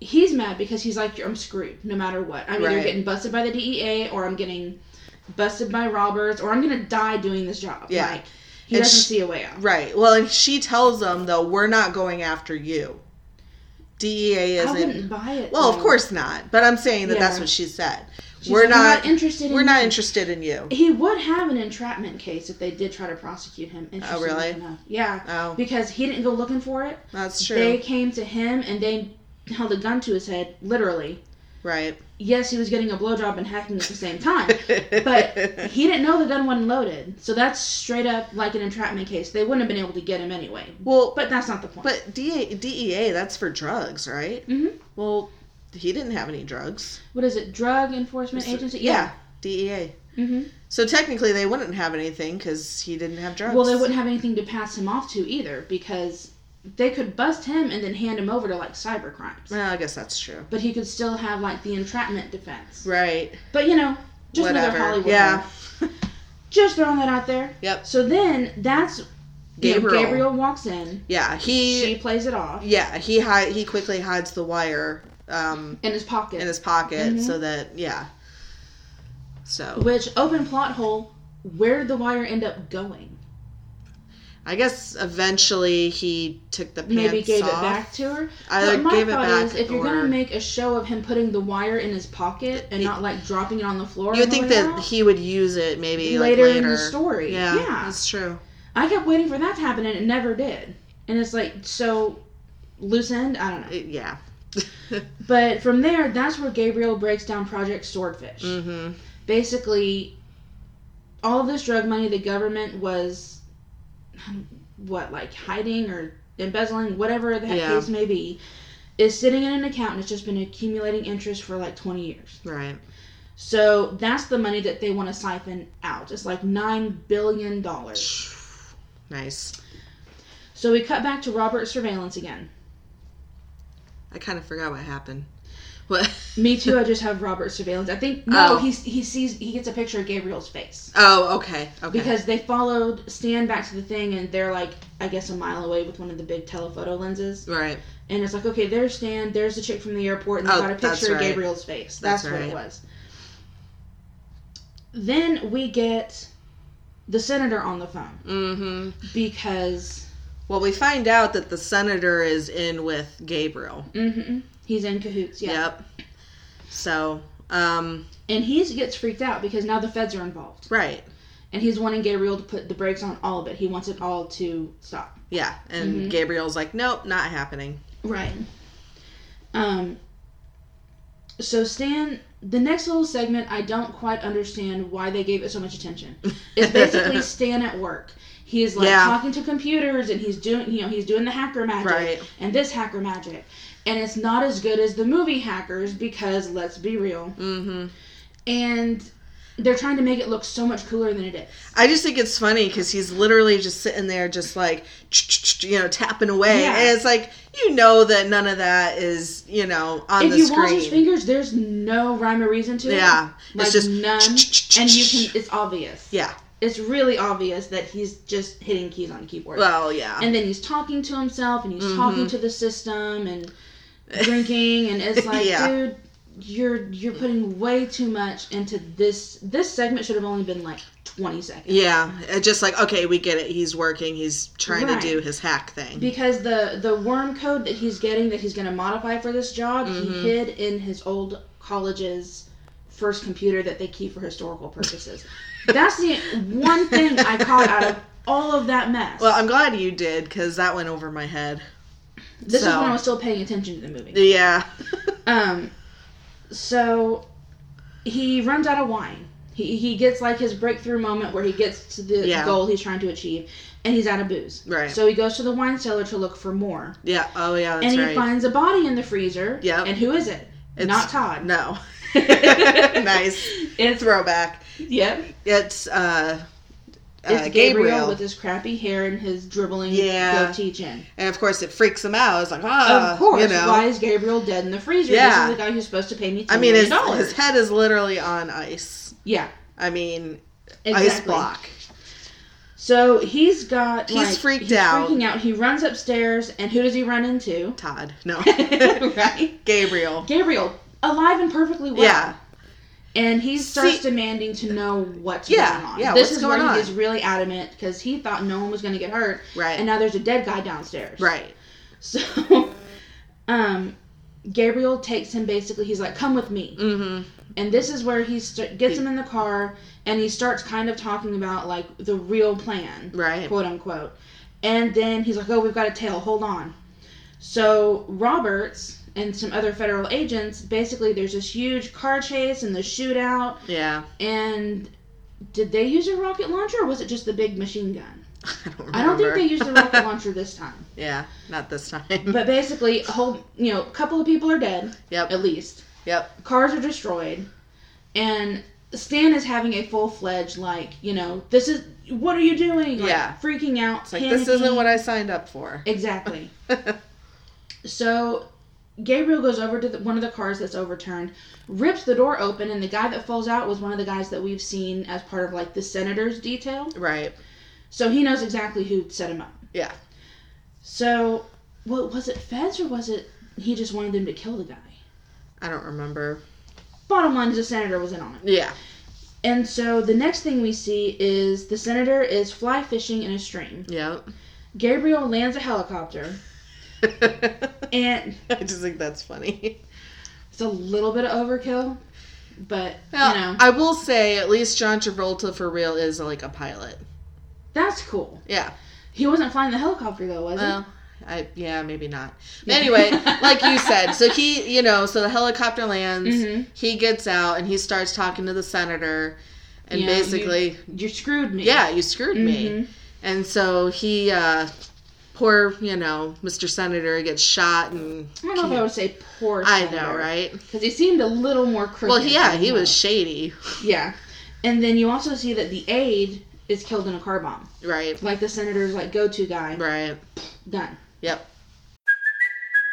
Speaker 5: he's mad because he's like, "I'm screwed, no matter what. I'm either
Speaker 4: Right.
Speaker 5: getting busted by the DEA, or I'm getting busted by robbers, or I'm gonna die doing this job."
Speaker 4: Yeah.
Speaker 5: Like, he
Speaker 4: And
Speaker 5: doesn't
Speaker 4: sh-
Speaker 5: see a way out.
Speaker 4: Right. Well, and she tells him, though, we're not going after you. DEA
Speaker 5: I wouldn't
Speaker 4: isn't.
Speaker 5: buy it.
Speaker 4: Well, of
Speaker 5: though.
Speaker 4: course not. But I'm saying that that's
Speaker 5: Yeah.
Speaker 4: what she said.
Speaker 5: She's
Speaker 4: we're
Speaker 5: like, "I'm
Speaker 4: not.
Speaker 5: interested.
Speaker 4: we're
Speaker 5: in
Speaker 4: not
Speaker 5: you."
Speaker 4: interested in you.
Speaker 5: He would have an entrapment case if they did try to prosecute him. interestingly
Speaker 4: really?
Speaker 5: Enough. Yeah.
Speaker 4: Oh.
Speaker 5: Because he didn't go looking for it.
Speaker 4: That's true.
Speaker 5: They came to him and they held a gun to his head, literally.
Speaker 4: right.
Speaker 5: Yes, he was getting a blowjob and hacking at the same time, but he didn't know the gun wasn't loaded. So that's straight up like an entrapment case. They wouldn't have been able to get him anyway.
Speaker 4: well, but
Speaker 5: But that's not the point.
Speaker 4: but E DEA, DEA that's for drugs, right?
Speaker 5: Mhm.
Speaker 4: Well, he didn't have any drugs.
Speaker 5: what is it? Drug Enforcement Agency?
Speaker 4: DEA.
Speaker 5: hmm
Speaker 4: E So technically, they wouldn't have anything because he didn't have drugs.
Speaker 5: Well, they wouldn't have anything to pass him off to either because they could bust him and then hand him over to like cyber crimes.
Speaker 4: Well, I guess that's true.
Speaker 5: but he could still have like the entrapment defense.
Speaker 4: Right.
Speaker 5: But you know, just another
Speaker 4: Whatever.
Speaker 5: Hollywood.
Speaker 4: yeah.
Speaker 5: one. Just throwing that out there.
Speaker 4: Yep.
Speaker 5: So then that's you know,
Speaker 4: Gabriel.
Speaker 5: Gabriel walks in.
Speaker 4: Yeah. He.
Speaker 5: She plays it off.
Speaker 4: Yeah. He hi- He quickly hides the wire um,
Speaker 5: in his pocket.
Speaker 4: in his pocket
Speaker 5: Mm-hmm.
Speaker 4: so that yeah. So
Speaker 5: Which open plot hole? Where did the wire end up going?
Speaker 4: I guess eventually he took the pants
Speaker 5: Maybe gave
Speaker 4: off.
Speaker 5: it back to her.
Speaker 4: Either
Speaker 5: but my
Speaker 4: gave it
Speaker 5: thought
Speaker 4: back
Speaker 5: is, if you're
Speaker 4: or-
Speaker 5: gonna make a show of him putting the wire in his pocket and
Speaker 4: It-
Speaker 5: not like dropping it on the floor,
Speaker 4: You would
Speaker 5: and
Speaker 4: think
Speaker 5: going
Speaker 4: that
Speaker 5: out,
Speaker 4: he would use it maybe
Speaker 5: Later
Speaker 4: like,
Speaker 5: in the
Speaker 4: later
Speaker 5: story.
Speaker 4: Yeah,
Speaker 5: Yeah.
Speaker 4: that's true.
Speaker 5: I kept waiting for that to happen and it never did. And it's like so loose end. I don't know.
Speaker 4: It- yeah.
Speaker 5: But from there, that's where Gabriel breaks down Project Swordfish.
Speaker 4: Mm-hmm.
Speaker 5: Basically, all of this drug money the government was, what, like hiding or embezzling, whatever the
Speaker 4: Yeah.
Speaker 5: case may be, is sitting in an account and it's just been accumulating interest for like 20 years.
Speaker 4: Right.
Speaker 5: So that's the money that they want to siphon out. It's like $9 billion.
Speaker 4: Nice.
Speaker 5: So we cut back to Robert's surveillance again.
Speaker 4: I kind of forgot what happened. What?
Speaker 5: Me too. I just have Robert's surveillance. I think no.
Speaker 4: Oh.
Speaker 5: He he sees he gets a picture of Gabriel's face
Speaker 4: Oh, okay. Okay.
Speaker 5: because they followed Stan back to the thing and they're like I guess a mile away with one of the big telephoto lenses
Speaker 4: right.
Speaker 5: and it's like okay there's Stan there's the chick from the airport and they
Speaker 4: Oh,
Speaker 5: got a
Speaker 4: that's
Speaker 5: picture of
Speaker 4: right.
Speaker 5: Gabriel's face. That's,
Speaker 4: That's
Speaker 5: what it
Speaker 4: right.
Speaker 5: was. Then we get the senator on the phone
Speaker 4: Mm-hmm.
Speaker 5: because
Speaker 4: Well, we find out that the senator is in with Gabriel.
Speaker 5: hmm he's in cahoots. Yeah.
Speaker 4: Yep. So, um,
Speaker 5: And he gets freaked out because now the feds are involved.
Speaker 4: right.
Speaker 5: and he's wanting Gabriel to put the brakes on all of it. He wants it all to stop.
Speaker 4: Yeah. And
Speaker 5: Mhm.
Speaker 4: Gabriel's like, nope, not happening.
Speaker 5: Right. Um. So Stan, the next little segment, I don't quite understand why they gave it so much attention. It's basically Stan at work. He is like
Speaker 4: Yeah.
Speaker 5: talking to computers and he's doing, you know, he's doing the hacker magic
Speaker 4: Right.
Speaker 5: and this hacker magic, and it's not as good as the movie Hackers because let's be real,
Speaker 4: Mm-hmm.
Speaker 5: and they're trying to make it look so much cooler than it is.
Speaker 4: I just think it's funny because he's literally just sitting there, just like you know, tapping away,
Speaker 5: Yeah.
Speaker 4: and it's like you know that none of that is you know on
Speaker 5: if
Speaker 4: the
Speaker 5: you watch his
Speaker 4: screen.
Speaker 5: fingers, there's no rhyme or reason to it.
Speaker 4: Yeah,
Speaker 5: like
Speaker 4: it's just
Speaker 5: none, and you can. It's obvious.
Speaker 4: yeah.
Speaker 5: It's really obvious that he's just hitting keys on a keyboard.
Speaker 4: Well, mm-hmm. yeah.
Speaker 5: and then he's talking to himself, and he's talking to the system, and drinking, and it's like,
Speaker 4: Yeah.
Speaker 5: dude, you're you're putting way too much into this. This segment should have only been like 20 seconds.
Speaker 4: yeah, it's just like okay, we get it. He's working. He's trying
Speaker 5: Right.
Speaker 4: to do his hack thing.
Speaker 5: Because the the worm code that he's getting that he's going to modify for this job,
Speaker 4: Mm-hmm.
Speaker 5: he hid in his old college's first computer that they keep for historical purposes. That's the one thing I caught out of all of that mess.
Speaker 4: well, I'm glad you did because that went over my head.
Speaker 5: this is
Speaker 4: so-
Speaker 5: when I was still paying attention to the movie.
Speaker 4: Yeah.
Speaker 5: Um, so he runs out of wine. He, he gets like his breakthrough moment where he gets to the
Speaker 4: Yeah.
Speaker 5: goal he's trying to achieve, and he's out of booze.
Speaker 4: Right.
Speaker 5: So he goes to the wine cellar to look for more.
Speaker 4: yeah. Oh, yeah. That's
Speaker 5: and he
Speaker 4: right.
Speaker 5: finds a body in the freezer.
Speaker 4: Yep.
Speaker 5: And who is it?
Speaker 4: It's-
Speaker 5: Not Todd.
Speaker 4: no. nice
Speaker 5: It's
Speaker 4: throwback.
Speaker 5: yep.
Speaker 4: It's uh,
Speaker 5: It's
Speaker 4: uh,
Speaker 5: Gabriel.
Speaker 4: Gabriel.
Speaker 5: with his crappy hair and his dribbling
Speaker 4: Yeah.
Speaker 5: goatee chin.
Speaker 4: And of course, it freaks him out. It's like, ah,
Speaker 5: of course.
Speaker 4: you know.
Speaker 5: Why is Gabriel dead in the freezer?
Speaker 4: Yeah.
Speaker 5: This is the guy who's supposed to pay me. $10
Speaker 4: I mean, his,
Speaker 5: dollars.
Speaker 4: his head is literally on ice.
Speaker 5: Yeah.
Speaker 4: I mean,
Speaker 5: Exactly.
Speaker 4: ice block.
Speaker 5: So he's got.
Speaker 4: He's
Speaker 5: like,
Speaker 4: freaked
Speaker 5: he's
Speaker 4: out.
Speaker 5: Freaking out. He runs upstairs, and who does he run into?
Speaker 4: Todd, no,
Speaker 5: right.
Speaker 4: Gabriel.
Speaker 5: Gabriel, alive and perfectly well.
Speaker 4: Yeah,
Speaker 5: And he starts
Speaker 4: See-
Speaker 5: demanding to know what's
Speaker 4: Yeah,
Speaker 5: going on.
Speaker 4: yeah,
Speaker 5: this
Speaker 4: what's
Speaker 5: is
Speaker 4: going
Speaker 5: where
Speaker 4: on?
Speaker 5: he is really adamant because he thought no one was going to get hurt,
Speaker 4: Right.
Speaker 5: And now there's a dead guy downstairs,
Speaker 4: right.
Speaker 5: So, um, Gabriel takes him basically. He's like, "Come with me,"
Speaker 4: Mm-hmm.
Speaker 5: and this is where he st- gets him in the car and he starts kind of talking about like the real plan,
Speaker 4: Right.
Speaker 5: quote unquote. And then he's like, "Oh, we've got a tail. Hold on." So Roberts and some other federal agents basically there's this huge car chase and the shootout
Speaker 4: Yeah,
Speaker 5: and did they use a rocket launcher or was it just the big machine gun?
Speaker 4: I don't remember.
Speaker 5: I don't think they used a rocket launcher this time.
Speaker 4: yeah, not this time.
Speaker 5: But basically, a whole you know, a couple of people are dead
Speaker 4: yep,
Speaker 5: at least.
Speaker 4: yep.
Speaker 5: Cars are destroyed, and Stan is having a full fledged like you know this is what are you doing? Like,
Speaker 4: Yeah.
Speaker 5: freaking out.
Speaker 4: It's like this isn't what I signed up for.
Speaker 5: exactly. So Gabriel goes over to the, one of the cars that's overturned, rips the door open, and the guy that falls out was one of the guys that we've seen as part of like the senator's detail.
Speaker 4: right.
Speaker 5: So he knows exactly who set him up.
Speaker 4: Yeah.
Speaker 5: So, what was it? Feds or was it? He just wanted them to kill the guy.
Speaker 4: I don't remember.
Speaker 5: Bottom line is the senator was in on it.
Speaker 4: Yeah.
Speaker 5: And so the next thing we see is the senator is fly fishing in a stream.
Speaker 4: Yep.
Speaker 5: Gabriel lands a helicopter,
Speaker 4: I
Speaker 5: and
Speaker 4: just think that's funny.
Speaker 5: it's a little bit of overkill, but
Speaker 4: Well,
Speaker 5: you know
Speaker 4: I will say, at least John Travolta for real is like a pilot.
Speaker 5: that's cool.
Speaker 4: Yeah.
Speaker 5: He wasn't flying the helicopter though, was
Speaker 4: Well, I, yeah, maybe not. But anyway, like you said, so he, you know, so the helicopter lands,
Speaker 5: Mhm.
Speaker 4: he gets out, and he starts talking to the senator, and
Speaker 5: Yeah, you-
Speaker 4: basically,
Speaker 5: he? You screwed me.
Speaker 4: yeah, you screwed me.
Speaker 5: Mhm.
Speaker 4: And so he, uh, poor, you know, Mr. Senator gets shot, and
Speaker 5: I don't know if I would say poor.
Speaker 4: I know, right?
Speaker 5: Because he seemed a little more crooked.
Speaker 4: Well, yeah,
Speaker 5: than
Speaker 4: he was shady,
Speaker 5: yeah, and then you also see that the aide is killed in a car bomb,
Speaker 4: right?
Speaker 5: like the senator's like go-to guy.
Speaker 4: Right.
Speaker 5: Done.
Speaker 4: Yep.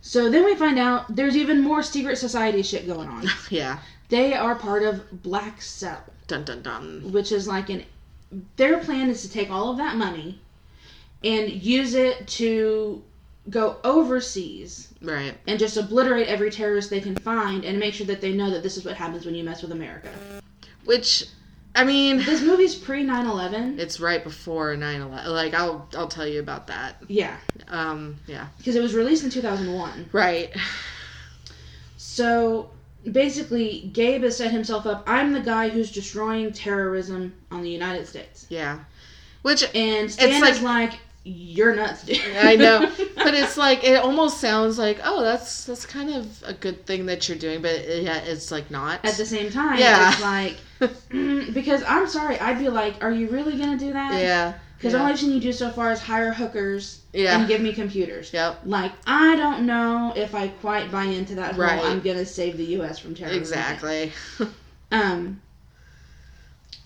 Speaker 5: So then we find out there's even more secret society shit going on.
Speaker 4: Yeah.
Speaker 5: they are part of Black Cell,
Speaker 4: Dun dun dun.
Speaker 5: which is like an. Their plan is to take all of that money and use it to go overseas
Speaker 4: Right.
Speaker 5: and just obliterate every terrorist they can find and make sure that they know that this is what happens when you mess with America.
Speaker 4: Which, I mean,
Speaker 5: This movie's pre 9 11.
Speaker 4: it's right before 9-11 like i'll i'll tell you about that
Speaker 5: Yeah,
Speaker 4: um yeah
Speaker 5: because it was released in 2001.
Speaker 4: right
Speaker 5: So basically, Gabe has set himself up I'm the guy who's destroying terrorism on the United States.
Speaker 4: yeah which
Speaker 5: And Stan
Speaker 4: It's like-
Speaker 5: is like, you're nuts, dude.
Speaker 4: i know but it's like it almost sounds like oh that's that's kind of a good thing that you're doing but it- yeah it's like not
Speaker 5: At the same time,
Speaker 4: Yeah.
Speaker 5: it's like, mm, because I'm sorry, I'd be like, are you really going to do that?
Speaker 4: yeah
Speaker 5: Because all
Speaker 4: yeah.
Speaker 5: I've seen you do so far is hire hookers
Speaker 4: Yeah.
Speaker 5: and give me computers.
Speaker 4: yep
Speaker 5: Like, I don't know if I quite buy into that whole
Speaker 4: Right.
Speaker 5: I'm going to save the U.S. from terrorism.
Speaker 4: exactly
Speaker 5: Um,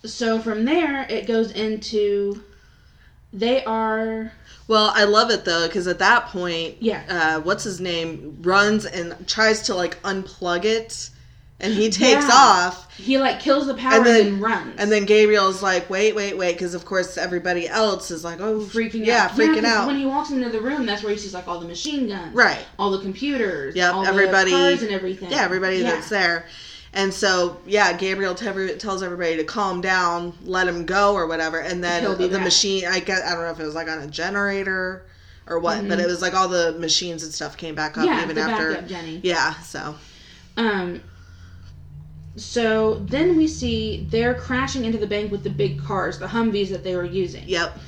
Speaker 5: so from there, it goes into they are,
Speaker 4: well i love it though because at that point
Speaker 5: Yeah.
Speaker 4: uh what's his name runs and tries to like unplug it and he takes
Speaker 5: Yeah.
Speaker 4: off
Speaker 5: he like kills the power and,
Speaker 4: then-
Speaker 5: runs.
Speaker 4: And then Gabriel's like, wait, wait, wait, because of course everybody else is like, oh,
Speaker 5: freaking
Speaker 4: yeah,
Speaker 5: out.
Speaker 4: freaking
Speaker 5: 'cause
Speaker 4: out,
Speaker 5: When he walks into the room, that's where he sees like all the machine guns,
Speaker 4: right?
Speaker 5: All the computers,
Speaker 4: Yep,
Speaker 5: all
Speaker 4: everybody-
Speaker 5: the cars and everything.
Speaker 4: Yeah, everybody
Speaker 5: Yeah.
Speaker 4: that's there. And so, yeah, Gabriel te- tells everybody to calm down, let him go or whatever. And then
Speaker 5: He'll be
Speaker 4: the
Speaker 5: back.
Speaker 4: machine, I guess, I don't know if it was like on a generator or what, but it was like all the machines and stuff came back up
Speaker 5: Mm-hmm. Yeah,
Speaker 4: even
Speaker 5: the
Speaker 4: after.
Speaker 5: backup Jenny.
Speaker 4: Yeah, so,
Speaker 5: Um. So then we see they're crashing into the bank with the big cars, the Humvees that they were using,
Speaker 4: yep,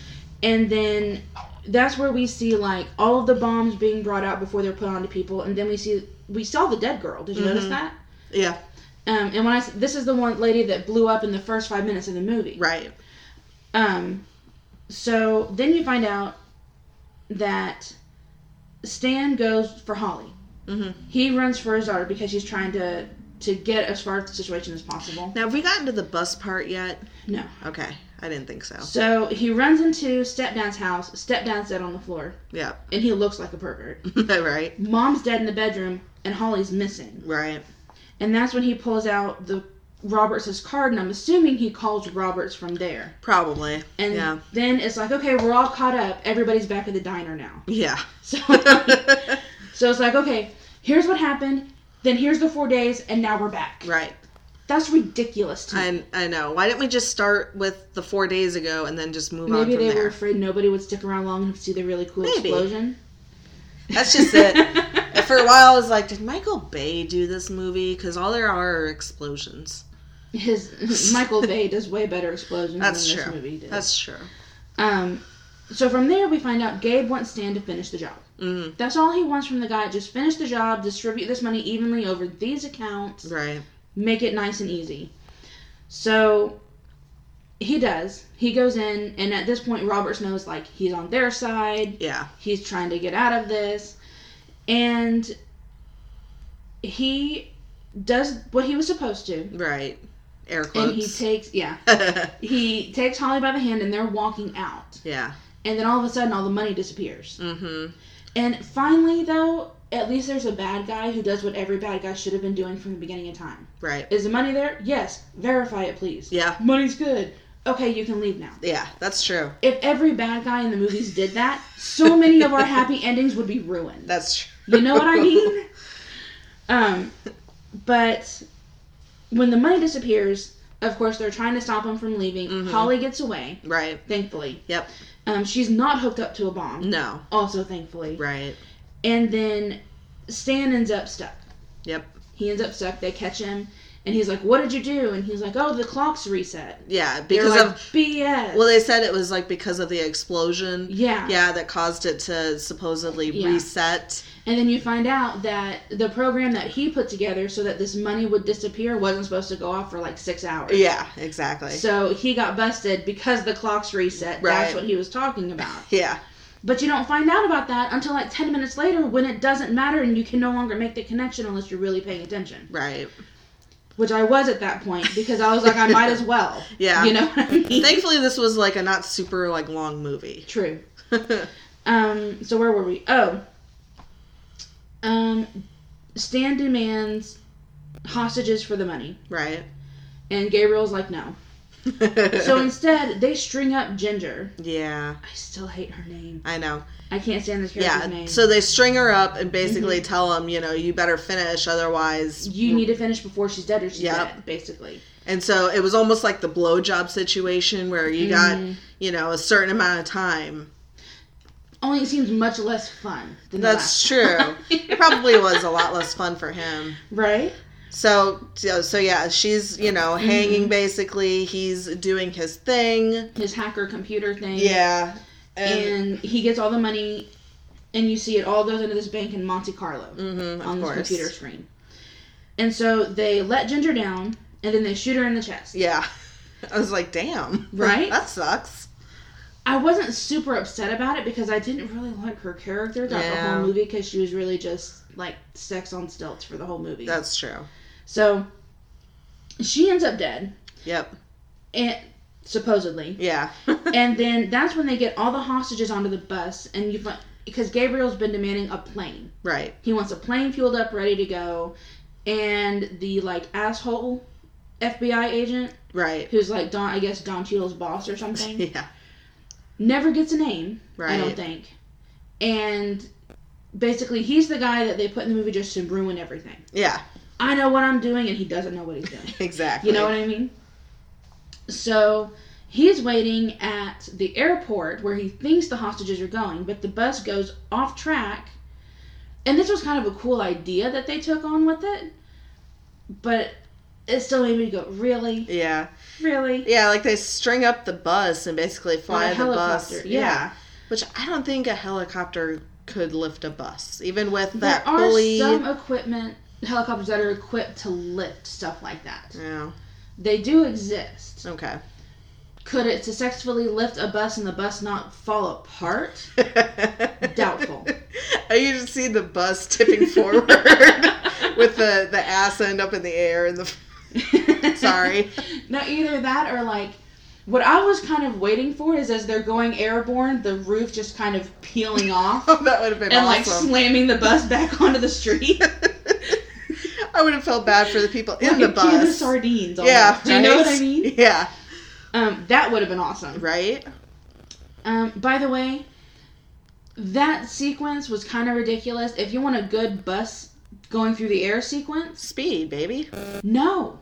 Speaker 5: and then that's where we see like all of the bombs being brought out before they're put onto people, and then we see we saw the dead girl. Did you
Speaker 4: Mm-hmm.
Speaker 5: notice that?
Speaker 4: yeah,
Speaker 5: Um, and when I s- this is the one lady that blew up in the first five minutes of the movie,
Speaker 4: right,
Speaker 5: Um, so then you find out that Stan goes for Holly. Mm-hmm. He runs for his daughter because he's trying to to get as far as the situation as possible.
Speaker 4: Now, have we gotten to the bus part yet?
Speaker 5: No.
Speaker 4: Okay, I didn't think so.
Speaker 5: So he runs into stepdad's house. Stepdad's dead on the floor,
Speaker 4: Yeah,
Speaker 5: and he looks like a pervert.
Speaker 4: right,
Speaker 5: Mom's dead in the bedroom, and Holly's missing.
Speaker 4: right,
Speaker 5: And that's when he pulls out the Roberts' card, and I'm assuming he calls Roberts from there.
Speaker 4: probably.
Speaker 5: And
Speaker 4: yeah,
Speaker 5: then it's like, okay, we're all caught up. Everybody's back at the diner now.
Speaker 4: yeah.
Speaker 5: So, so it's like, okay, here's what happened, then here's the four days, and now we're back.
Speaker 4: Right.
Speaker 5: That's ridiculous to me.
Speaker 4: I, I know. Why didn't we just start with the four days ago and then just move on
Speaker 5: Maybe
Speaker 4: from
Speaker 5: they were
Speaker 4: there?
Speaker 5: afraid nobody would stick around long enough to see the really cool
Speaker 4: Maybe.
Speaker 5: explosion.
Speaker 4: That's just it. And For a while, I was like, did Michael Bay do this movie? Because all there are are explosions.
Speaker 5: His Michael Bay does way better explosions
Speaker 4: That's
Speaker 5: than
Speaker 4: true.
Speaker 5: this movie did.
Speaker 4: That's true.
Speaker 5: um, so from there we find out Gabe wants Stan to finish the job. Mm-hmm. That's all he wants from the guy. Just finish the job, distribute this money evenly over these accounts.
Speaker 4: Right.
Speaker 5: make it nice and easy. So he does. He goes in, and at this point, Roberts knows like he's on their side.
Speaker 4: Yeah.
Speaker 5: He's trying to get out of this, and he does what he was supposed to,
Speaker 4: Right. Air quotes.
Speaker 5: and he takes yeah, he takes Holly by the hand, and they're walking out.
Speaker 4: yeah.
Speaker 5: And then all of a sudden, all the money disappears. Mm-hmm. And finally, though, at least there's a bad guy who does what every bad guy should have been doing from the beginning of time.
Speaker 4: Right.
Speaker 5: Is the money there? Yes. Verify it, please.
Speaker 4: Yeah.
Speaker 5: Money's good. Okay, you can leave now.
Speaker 4: Yeah, that's true.
Speaker 5: If every bad guy in the movies did that, so many of our happy endings would be ruined.
Speaker 4: That's true.
Speaker 5: You know what I mean? Um, but when the money disappears, of course they're trying to stop him from leaving.
Speaker 4: Mm-hmm.
Speaker 5: Holly gets away,
Speaker 4: Right.
Speaker 5: thankfully.
Speaker 4: Yep.
Speaker 5: Um, she's not hooked up to a bomb.
Speaker 4: No.
Speaker 5: Also, thankfully.
Speaker 4: Right.
Speaker 5: And then Stan ends up stuck.
Speaker 4: Yep.
Speaker 5: He ends up stuck. They catch him, and he's like, "What did you do?" And he's like, "Oh, the clock's reset."
Speaker 4: Yeah,
Speaker 5: They're
Speaker 4: because
Speaker 5: like,
Speaker 4: of
Speaker 5: BS.
Speaker 4: well, they said it was like because of the explosion.
Speaker 5: Yeah.
Speaker 4: Yeah, that caused it to supposedly
Speaker 5: Yeah.
Speaker 4: reset.
Speaker 5: And then you find out that the program that he put together so that this money would disappear wasn't supposed to go off for like six hours.
Speaker 4: Yeah, exactly.
Speaker 5: So he got busted because the clocks reset.
Speaker 4: Right.
Speaker 5: That's what he was talking about.
Speaker 4: yeah.
Speaker 5: But you don't find out about that until like 10 minutes later when it doesn't matter and you can no longer make the connection unless you're really paying attention.
Speaker 4: Right.
Speaker 5: Which I was at that point because I was like, I might as well.
Speaker 4: Yeah.
Speaker 5: You know what I mean?
Speaker 4: Thankfully, this was like a not super like long movie.
Speaker 5: True. um, so where were we? Oh. Um, Stan demands hostages for the money,
Speaker 4: Right.
Speaker 5: and Gabriel's like, no. so instead, they string up Ginger.
Speaker 4: Yeah,
Speaker 5: I still hate her name.
Speaker 4: I know.
Speaker 5: I can't stand this character's
Speaker 4: Yeah.
Speaker 5: name.
Speaker 4: So they string her up and basically
Speaker 5: Mm-hmm.
Speaker 4: tell him, you know, you better finish, otherwise.
Speaker 5: you need to finish before she's dead or she's
Speaker 4: Yep.
Speaker 5: dead, basically.
Speaker 4: And so it was almost like the blowjob situation where you
Speaker 5: Mm-hmm.
Speaker 4: got, you know, a certain amount of time.
Speaker 5: Only it seems much less fun than the
Speaker 4: That's
Speaker 5: last-
Speaker 4: true. it probably was a lot less fun for him.
Speaker 5: Right?
Speaker 4: So, so, so yeah, she's, you know,
Speaker 5: Mm-hmm.
Speaker 4: hanging basically. He's doing his thing.
Speaker 5: His hacker computer thing.
Speaker 4: Yeah. And,
Speaker 5: And he gets all the money, and you see it all goes into this bank in Monte Carlo.
Speaker 4: Mhm, of
Speaker 5: on his
Speaker 4: course.
Speaker 5: computer screen. And so they let Ginger down, and then they shoot her in the chest.
Speaker 4: Yeah. I was like, damn.
Speaker 5: Right?
Speaker 4: that sucks.
Speaker 5: I wasn't super upset about it because I didn't really like her character throughout the
Speaker 4: Yeah.
Speaker 5: whole movie because she was really just like sex on stilts for the whole movie.
Speaker 4: That's true.
Speaker 5: so she ends up dead,
Speaker 4: Yep.
Speaker 5: and supposedly.
Speaker 4: Yeah.
Speaker 5: and then that's when they get all the hostages onto the bus, and you find because Gabriel's been demanding a plane.
Speaker 4: right.
Speaker 5: He wants a plane fueled up, ready to go, and the like asshole FBI agent
Speaker 4: Right.
Speaker 5: who's like Don, I guess Don Cheadle's boss or something,
Speaker 4: Yeah.
Speaker 5: never gets a name. I don't
Speaker 4: Right.
Speaker 5: think. And basically, he's the guy that they put in the movie just to ruin everything.
Speaker 4: Yeah.
Speaker 5: I know what I'm doing, and he doesn't know what he's doing.
Speaker 4: Exactly.
Speaker 5: You know what I mean? So he's waiting at the airport where he thinks the hostages are going, but the bus goes off track. And this was kind of a cool idea that they took on with it, but it still made me go, really,
Speaker 4: Yeah.
Speaker 5: really.
Speaker 4: Yeah, like they string up the bus and basically fly
Speaker 5: a
Speaker 4: the bus.
Speaker 5: helicopter,
Speaker 4: Yeah.
Speaker 5: yeah.
Speaker 4: Which I don't think a helicopter could lift a bus, even with that
Speaker 5: there are
Speaker 4: pulley.
Speaker 5: some equipment helicopters that are equipped to lift stuff like that.
Speaker 4: Yeah.
Speaker 5: They do exist.
Speaker 4: Okay.
Speaker 5: Could it successfully lift a bus and the bus not fall apart? Doubtful.
Speaker 4: I usually see the bus tipping forward with the, the ass end up in the air and the. Sorry.
Speaker 5: No, either that or like what I was kind of waiting for is as they're going airborne, the roof just kind of peeling off
Speaker 4: Oh, that would have been
Speaker 5: and like
Speaker 4: awesome.
Speaker 5: slamming the bus back onto the street.
Speaker 4: I would have felt bad for the people in the
Speaker 5: Like a can of
Speaker 4: bus.
Speaker 5: sardines. Almost.
Speaker 4: Yeah.
Speaker 5: do you know what I
Speaker 4: right?
Speaker 5: mean?
Speaker 4: Yeah.
Speaker 5: Um, that would have been awesome.
Speaker 4: Right?
Speaker 5: Um, by the way, that sequence was kind of ridiculous. If you want a good bus going through the air sequence,
Speaker 4: Speed, baby.
Speaker 5: no.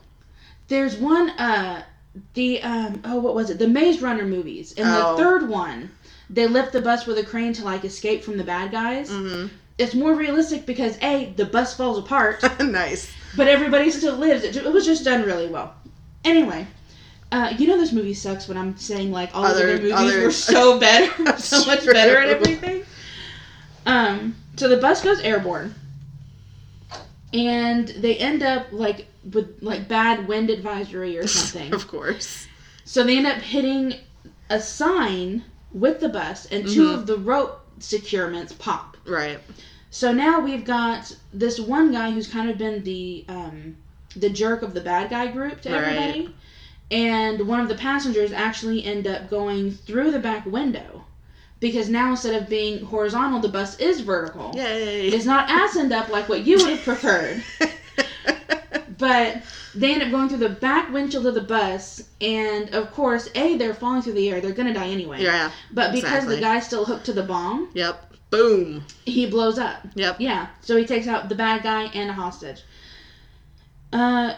Speaker 5: There's one, uh, the, um, oh, what was it? The Maze Runner movies. In
Speaker 4: Oh.
Speaker 5: the third one, they lift the bus with a crane to, like, escape from the bad guys. It's more realistic because, A, the bus falls apart,
Speaker 4: nice.
Speaker 5: but everybody still lives. It, ju- it was just done really well. Anyway. Uh, you know this movie sucks when I'm saying like all the
Speaker 4: Other-
Speaker 5: other movies
Speaker 4: other-
Speaker 5: were so better, so much
Speaker 4: True.
Speaker 5: better at everything. Um, so the bus goes airborne, and they end up like with like bad wind advisory or something.
Speaker 4: Of course.
Speaker 5: so they end up hitting a
Speaker 4: Mm-hmm.
Speaker 5: sign with the bus, and two of the rope securements pop.
Speaker 4: Right.
Speaker 5: So now we've got this one guy who's kind of been the um, the jerk of the bad guy group to
Speaker 4: Right.
Speaker 5: everybody, and one of the passengers actually end up going through the back window because now instead of being horizontal, the bus is vertical.
Speaker 4: Yay.
Speaker 5: It's not ass end up like what you would have preferred. but they end up going through the back windshield of the bus, and of course, A, they're falling through the air. They're going to die anyway.
Speaker 4: Yeah.
Speaker 5: But because
Speaker 4: exactly.
Speaker 5: the guy's still hooked to the bomb,
Speaker 4: Yep. Boom.
Speaker 5: he blows up.
Speaker 4: Yep.
Speaker 5: Yeah. So he takes out the bad guy and a hostage. Uh,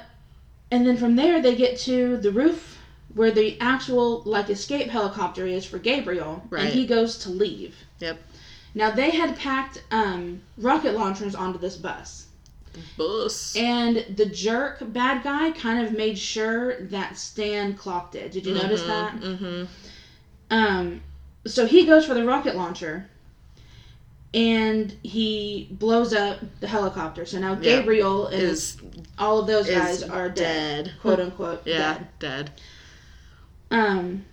Speaker 5: and then from there, they get to the roof where the actual, like, escape helicopter is for Gabriel.
Speaker 4: Right.
Speaker 5: And he goes to leave.
Speaker 4: Yep.
Speaker 5: Now, they had packed um, rocket launchers onto this bus.
Speaker 4: Bus.
Speaker 5: And the jerk bad guy kind of made sure that Stan clocked it. Did you notice that?
Speaker 4: Mm-hmm.
Speaker 5: Um, so he goes for the rocket launcher and he blows up the helicopter. So now
Speaker 4: Yeah.
Speaker 5: Gabriel is,
Speaker 4: Is
Speaker 5: all of those
Speaker 4: is
Speaker 5: guys are dead,
Speaker 4: dead.
Speaker 5: quote unquote.
Speaker 4: yeah
Speaker 5: Dead.
Speaker 4: dead.
Speaker 5: Um,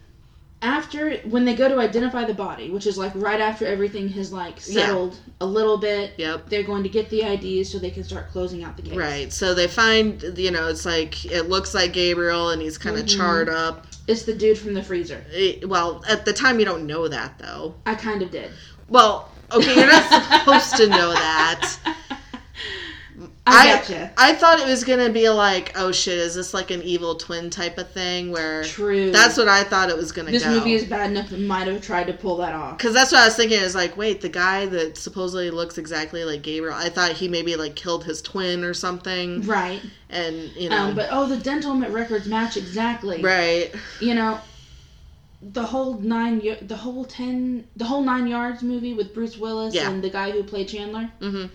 Speaker 5: after when they go to identify the body, which is like right after everything has like
Speaker 4: Yeah.
Speaker 5: settled a little bit,
Speaker 4: Yep.
Speaker 5: they're going to get the IDs so they can start closing out the case.
Speaker 4: Right. So they find you know it's like it looks like Gabriel and he's kind of
Speaker 5: Mm-hmm.
Speaker 4: charred up.
Speaker 5: It's the dude from the freezer.
Speaker 4: It- well, at the time you don't know that though.
Speaker 5: I kind of did.
Speaker 4: Well, okay, you're not supposed to know that.
Speaker 5: I, gotcha.
Speaker 4: I thought it was gonna be like, oh shit, is this like an evil twin type of thing? Where
Speaker 5: True.
Speaker 4: that's what I thought it was gonna
Speaker 5: this
Speaker 4: go.
Speaker 5: movie is bad enough. It might have tried to pull that off.
Speaker 4: Cause that's what I was thinking. Is like, wait, the guy that supposedly looks exactly like Gabriel. I thought he maybe like killed his twin or something,
Speaker 5: Right.
Speaker 4: and you know,
Speaker 5: Um, but oh, the dental m- records match exactly.
Speaker 4: right,
Speaker 5: You know, the whole nine, y- the whole ten, the whole nine yards movie with Bruce Willis
Speaker 4: Yeah.
Speaker 5: and the guy who played Chandler.
Speaker 4: Mhm.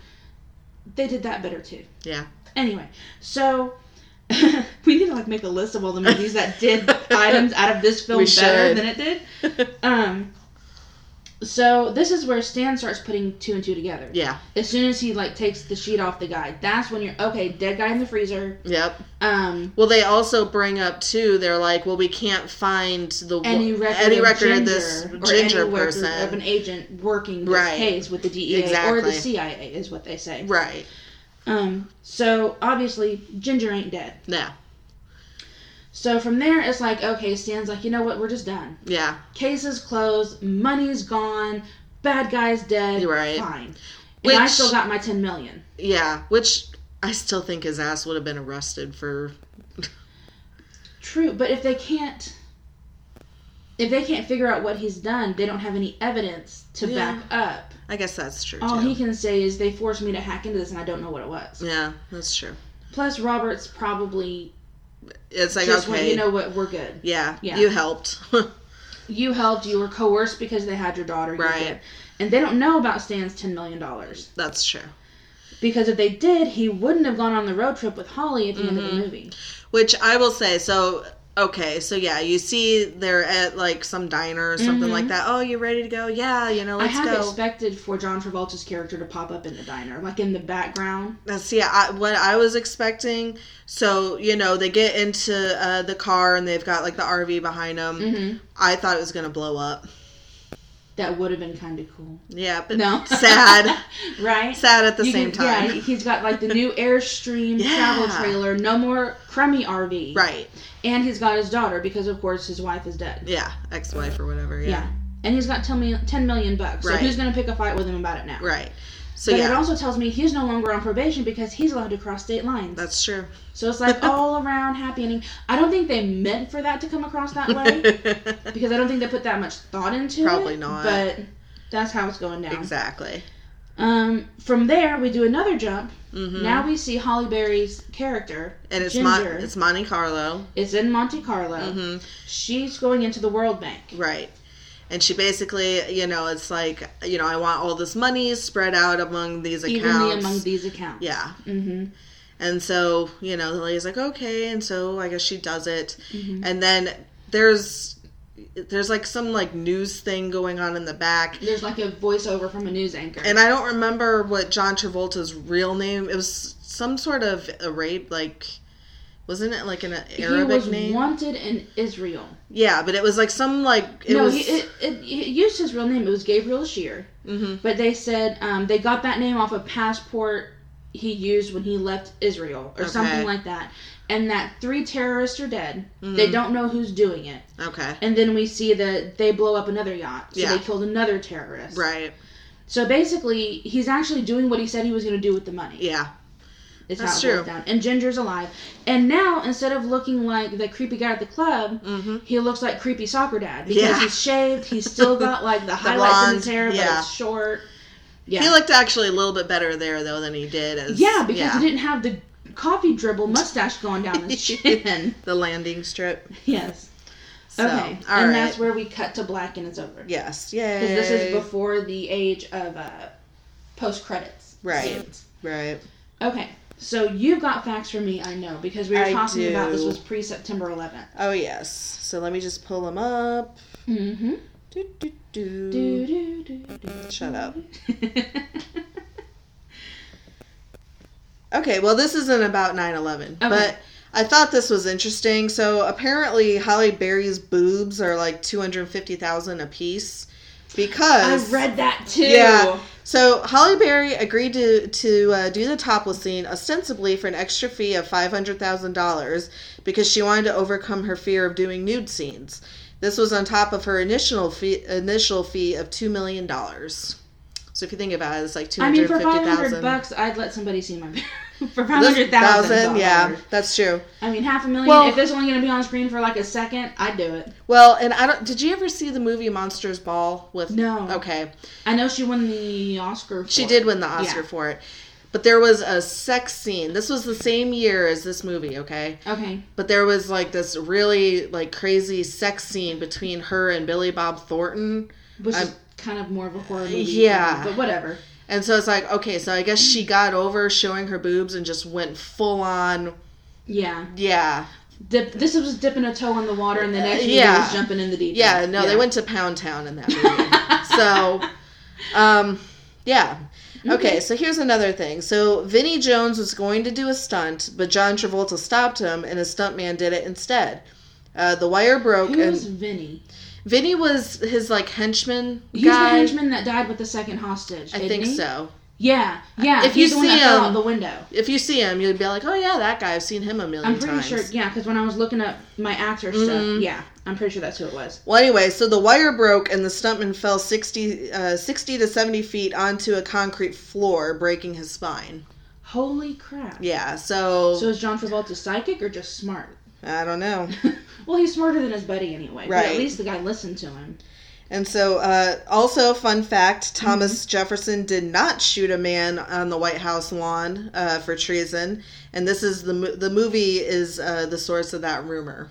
Speaker 5: They did that better too.
Speaker 4: yeah,
Speaker 5: Anyway, so we need to like make a list of all the movies that did items out of this film
Speaker 4: We
Speaker 5: better
Speaker 4: should.
Speaker 5: than it did. Um, so this is where Stan starts putting two and two together.
Speaker 4: yeah,
Speaker 5: As soon as he like takes the sheet off the guy, that's when you're okay. Dead guy in the freezer.
Speaker 4: yep.
Speaker 5: Um,
Speaker 4: Well, they also bring up too. They're like, well, we can't find the
Speaker 5: any
Speaker 4: wo-
Speaker 5: record,
Speaker 4: any
Speaker 5: of
Speaker 4: record
Speaker 5: ginger,
Speaker 4: of this
Speaker 5: or
Speaker 4: ginger
Speaker 5: any record of an
Speaker 4: person,
Speaker 5: agent working this
Speaker 4: Right.
Speaker 5: case with the DEA or
Speaker 4: Exactly.
Speaker 5: the CIA is what they say.
Speaker 4: right?
Speaker 5: Um, so obviously Ginger ain't dead.
Speaker 4: Yeah,
Speaker 5: So from there, it's like okay, Stan's like, you know what, we're just done.
Speaker 4: yeah.
Speaker 5: Case is closed, money's gone, bad guy's dead.
Speaker 4: You're right.
Speaker 5: Fine.
Speaker 4: Which-
Speaker 5: And I still got my ten million.
Speaker 4: Yeah, which I still think his ass would have been arrested for.
Speaker 5: True, but if they can't if they can't figure out what he's done, they don't have any evidence to
Speaker 4: Yeah.
Speaker 5: back up.
Speaker 4: I guess that's true.
Speaker 5: All
Speaker 4: too.
Speaker 5: Oh, he can say is they forced me to hack into this and I don't know what it was.
Speaker 4: Yeah, that's true.
Speaker 5: Plus Roberts probably
Speaker 4: It's like
Speaker 5: just went,
Speaker 4: okay,
Speaker 5: you know what, we're good.
Speaker 4: yeah,
Speaker 5: Yeah.
Speaker 4: you helped.
Speaker 5: You helped, you were coerced because they had your daughter, you
Speaker 4: Right.
Speaker 5: did. And they don't know about Stan's ten million dollars.
Speaker 4: that's true.
Speaker 5: Because if they did, he wouldn't have gone on the road trip with Holly at the end of the
Speaker 4: Mm-hmm.
Speaker 5: movie.
Speaker 4: Which I will say, so okay, so yeah, you see they're at like some diner or something like that. Oh, you ready to go? Yeah, you know,
Speaker 5: Mm-hmm. I
Speaker 4: let's
Speaker 5: have
Speaker 4: go.
Speaker 5: expected for John Travolta's character to pop up in the diner, like in the background.
Speaker 4: Now, see, I, what I was expecting. So you know, they get into uh, the car and they've got like the RV behind them.
Speaker 5: Mm-hmm.
Speaker 4: I thought it was gonna blow up.
Speaker 5: That would have been kind of cool.
Speaker 4: Yeah, but
Speaker 5: No.
Speaker 4: sad,
Speaker 5: Right?
Speaker 4: sad at the
Speaker 5: You
Speaker 4: same
Speaker 5: can-
Speaker 4: time.
Speaker 5: Yeah, he's got like the new Airstream
Speaker 4: Yeah.
Speaker 5: travel trailer, no more crummy RV.
Speaker 4: Right?
Speaker 5: And he's got his daughter because, of course, his wife is dead.
Speaker 4: Yeah, ex-wife or whatever.
Speaker 5: Yeah.
Speaker 4: Yeah,
Speaker 5: And he's got 10 million, 10 million bucks. So
Speaker 4: Right.
Speaker 5: who's going to pick a fight with him about it now?
Speaker 4: right. So
Speaker 5: But it
Speaker 4: yeah,
Speaker 5: also tells me he's no longer on probation because he's allowed to cross state lines.
Speaker 4: that's true.
Speaker 5: so it's like all around happy ending. I don't think they meant for that to come across that way because I don't think they put that much thought into it.
Speaker 4: Probably not.
Speaker 5: But that's how it's going down.
Speaker 4: exactly.
Speaker 5: Um, from there, we do another jump. Now we see Holly Berry's character,
Speaker 4: Mm-hmm. And it's Mon-
Speaker 5: Ginger,
Speaker 4: it's Mm-hmm. Monte Carlo,
Speaker 5: is in Monte Carlo. She's going into the World Bank.
Speaker 4: right? And she basically, you know, it's like, you know, I want all this money spread out among these
Speaker 5: Evenly
Speaker 4: accounts.
Speaker 5: among these accounts.
Speaker 4: yeah.
Speaker 5: Mm-hmm.
Speaker 4: And so, you know, the lady's like, okay. And so I guess she does it.
Speaker 5: Mm-hmm.
Speaker 4: And then there's there's like some like news thing going on in the back.
Speaker 5: There's like a voiceover from a news anchor.
Speaker 4: And I don't remember what John Travolta's real name. It was some sort of Arab like wasn't it like an uh,
Speaker 5: he
Speaker 4: Arabic
Speaker 5: was
Speaker 4: name?
Speaker 5: wanted in Israel.
Speaker 4: yeah, but it was like some like it
Speaker 5: no,
Speaker 4: was
Speaker 5: he, it, it, he- used his real name. It was Gabriel Shear. Mm-hmm. But they said um, they got that name off a passport he used when he left Israel or something
Speaker 4: Okay.
Speaker 5: like that. And that three terrorists are dead.
Speaker 4: Mm-hmm.
Speaker 5: They don't know who's doing it.
Speaker 4: Okay.
Speaker 5: And then we see that they blow up another yacht. So
Speaker 4: Yeah.
Speaker 5: they killed another terrorist.
Speaker 4: Right.
Speaker 5: So basically, he's actually doing what he said he was going to do with the money.
Speaker 4: Yeah.
Speaker 5: Is
Speaker 4: That's
Speaker 5: how it
Speaker 4: true.
Speaker 5: goes down. And Ginger's alive. And now instead of looking like the creepy guy at the club, he looks like creepy soccer dad because
Speaker 4: Mm-hmm. Yeah.
Speaker 5: he's shaved. He's still got like the, highlights in his
Speaker 4: blonde,
Speaker 5: hair, but
Speaker 4: yeah.
Speaker 5: it's short. Yeah,
Speaker 4: He looked actually a little bit better there though than he did as
Speaker 5: yeah, because he didn't have the coffee dribble mustache going down his chin.
Speaker 4: the landing strip.
Speaker 5: yes.
Speaker 4: So,
Speaker 5: okay.
Speaker 4: all
Speaker 5: and
Speaker 4: right.
Speaker 5: that's where we cut to black and it's over.
Speaker 4: Yes. Yay.
Speaker 5: Because this is before the age of uh, post credits.
Speaker 4: Right. Right.
Speaker 5: Okay. So you've got facts for me, I know, because we were
Speaker 4: I
Speaker 5: talking about this
Speaker 4: do.
Speaker 5: was pre September 11th.
Speaker 4: Oh yes. So let me just pull them up.
Speaker 5: Mm-hmm.
Speaker 4: Do, do, do.
Speaker 5: Do, do, do, do.
Speaker 4: Shut up. Okay, well, this isn't about 9 11, but I thought this was interesting. So apparently, Holly Berry's boobs are like 250000 a piece
Speaker 5: I
Speaker 4: because.
Speaker 5: read that too.
Speaker 4: Yeah. So Holly Berry agreed to to uh, do the topless scene ostensibly for an extra fee of five hundred thousand dollars because she wanted to overcome her fear of doing nude scenes. This was on top of her initial fee initial fee of two million dollars. So if you think about it, it's like two
Speaker 5: I mean,
Speaker 4: hundred
Speaker 5: for
Speaker 4: fifty
Speaker 5: five hundred
Speaker 4: thousand.
Speaker 5: bucks, I'd let somebody see my. for five hundred thousand.
Speaker 4: yeah, that's true.
Speaker 5: I mean, half a million.
Speaker 4: Well-
Speaker 5: if it's only going to be on screen for like a second, I'd do it.
Speaker 4: Well, and I don't. Did you ever see the movie Monsters Ball with?
Speaker 5: No.
Speaker 4: Okay,
Speaker 5: I know she won the Oscar. For
Speaker 4: she
Speaker 5: it.
Speaker 4: did win the Oscar
Speaker 5: Yeah.
Speaker 4: for it, but there was a sex scene. This was the same year as this movie. Okay.
Speaker 5: Okay.
Speaker 4: But there was like this really like crazy sex scene between her and Billy Bob Thornton.
Speaker 5: Which
Speaker 4: I'm-
Speaker 5: is kind of more of a horror movie.
Speaker 4: Yeah.
Speaker 5: But whatever.
Speaker 4: And so it's like, okay, so I guess she got over showing her boobs and just went full on.
Speaker 5: Yeah.
Speaker 4: Yeah.
Speaker 5: Dip, this was dipping a toe in the water, and the next movie
Speaker 4: yeah.
Speaker 5: was jumping in the deep.
Speaker 4: Yeah,
Speaker 5: end.
Speaker 4: no, they went to Pound Town in that movie. so, um, yeah.
Speaker 5: Mm-hmm.
Speaker 4: Okay, so here's another thing. So Vinnie Jones was going to do a stunt, but John Travolta stopped him, and his stuntman did it instead. Uh, the wire broke,
Speaker 5: Who was
Speaker 4: and
Speaker 5: Vinny?
Speaker 4: Vinnie was his like henchman
Speaker 5: He's
Speaker 4: guy.
Speaker 5: the henchman that died with the second hostage.
Speaker 4: I
Speaker 5: isn't
Speaker 4: think
Speaker 5: he?
Speaker 4: so.
Speaker 5: Yeah, yeah.
Speaker 4: If
Speaker 5: he's
Speaker 4: you
Speaker 5: the one
Speaker 4: see
Speaker 5: that fell
Speaker 4: him-
Speaker 5: out the window.
Speaker 4: If you see him, you'd be like, "Oh yeah, that guy. I've seen him a 1000000
Speaker 5: I'm pretty
Speaker 4: times." Mm-hmm.
Speaker 5: sure, yeah, because when I was looking up my actor stuff, yeah, I'm pretty sure that's who it was.
Speaker 4: Well, anyway, so the wire broke and the stuntman fell 60, uh, 60 to 70 feet onto a concrete floor, breaking his spine.
Speaker 5: Holy crap.
Speaker 4: Yeah, so,
Speaker 5: So is John Travolta psychic or just smart?
Speaker 4: I don't know.
Speaker 5: Well, he's smarter than his buddy anyway. But at
Speaker 4: Right.
Speaker 5: least the guy listened to him.
Speaker 4: and so, uh, also, fun fact Thomas Jefferson did not shoot a man on the White House lawn uh, for treason. And this is the, mo- the movie is uh, the source of that rumor.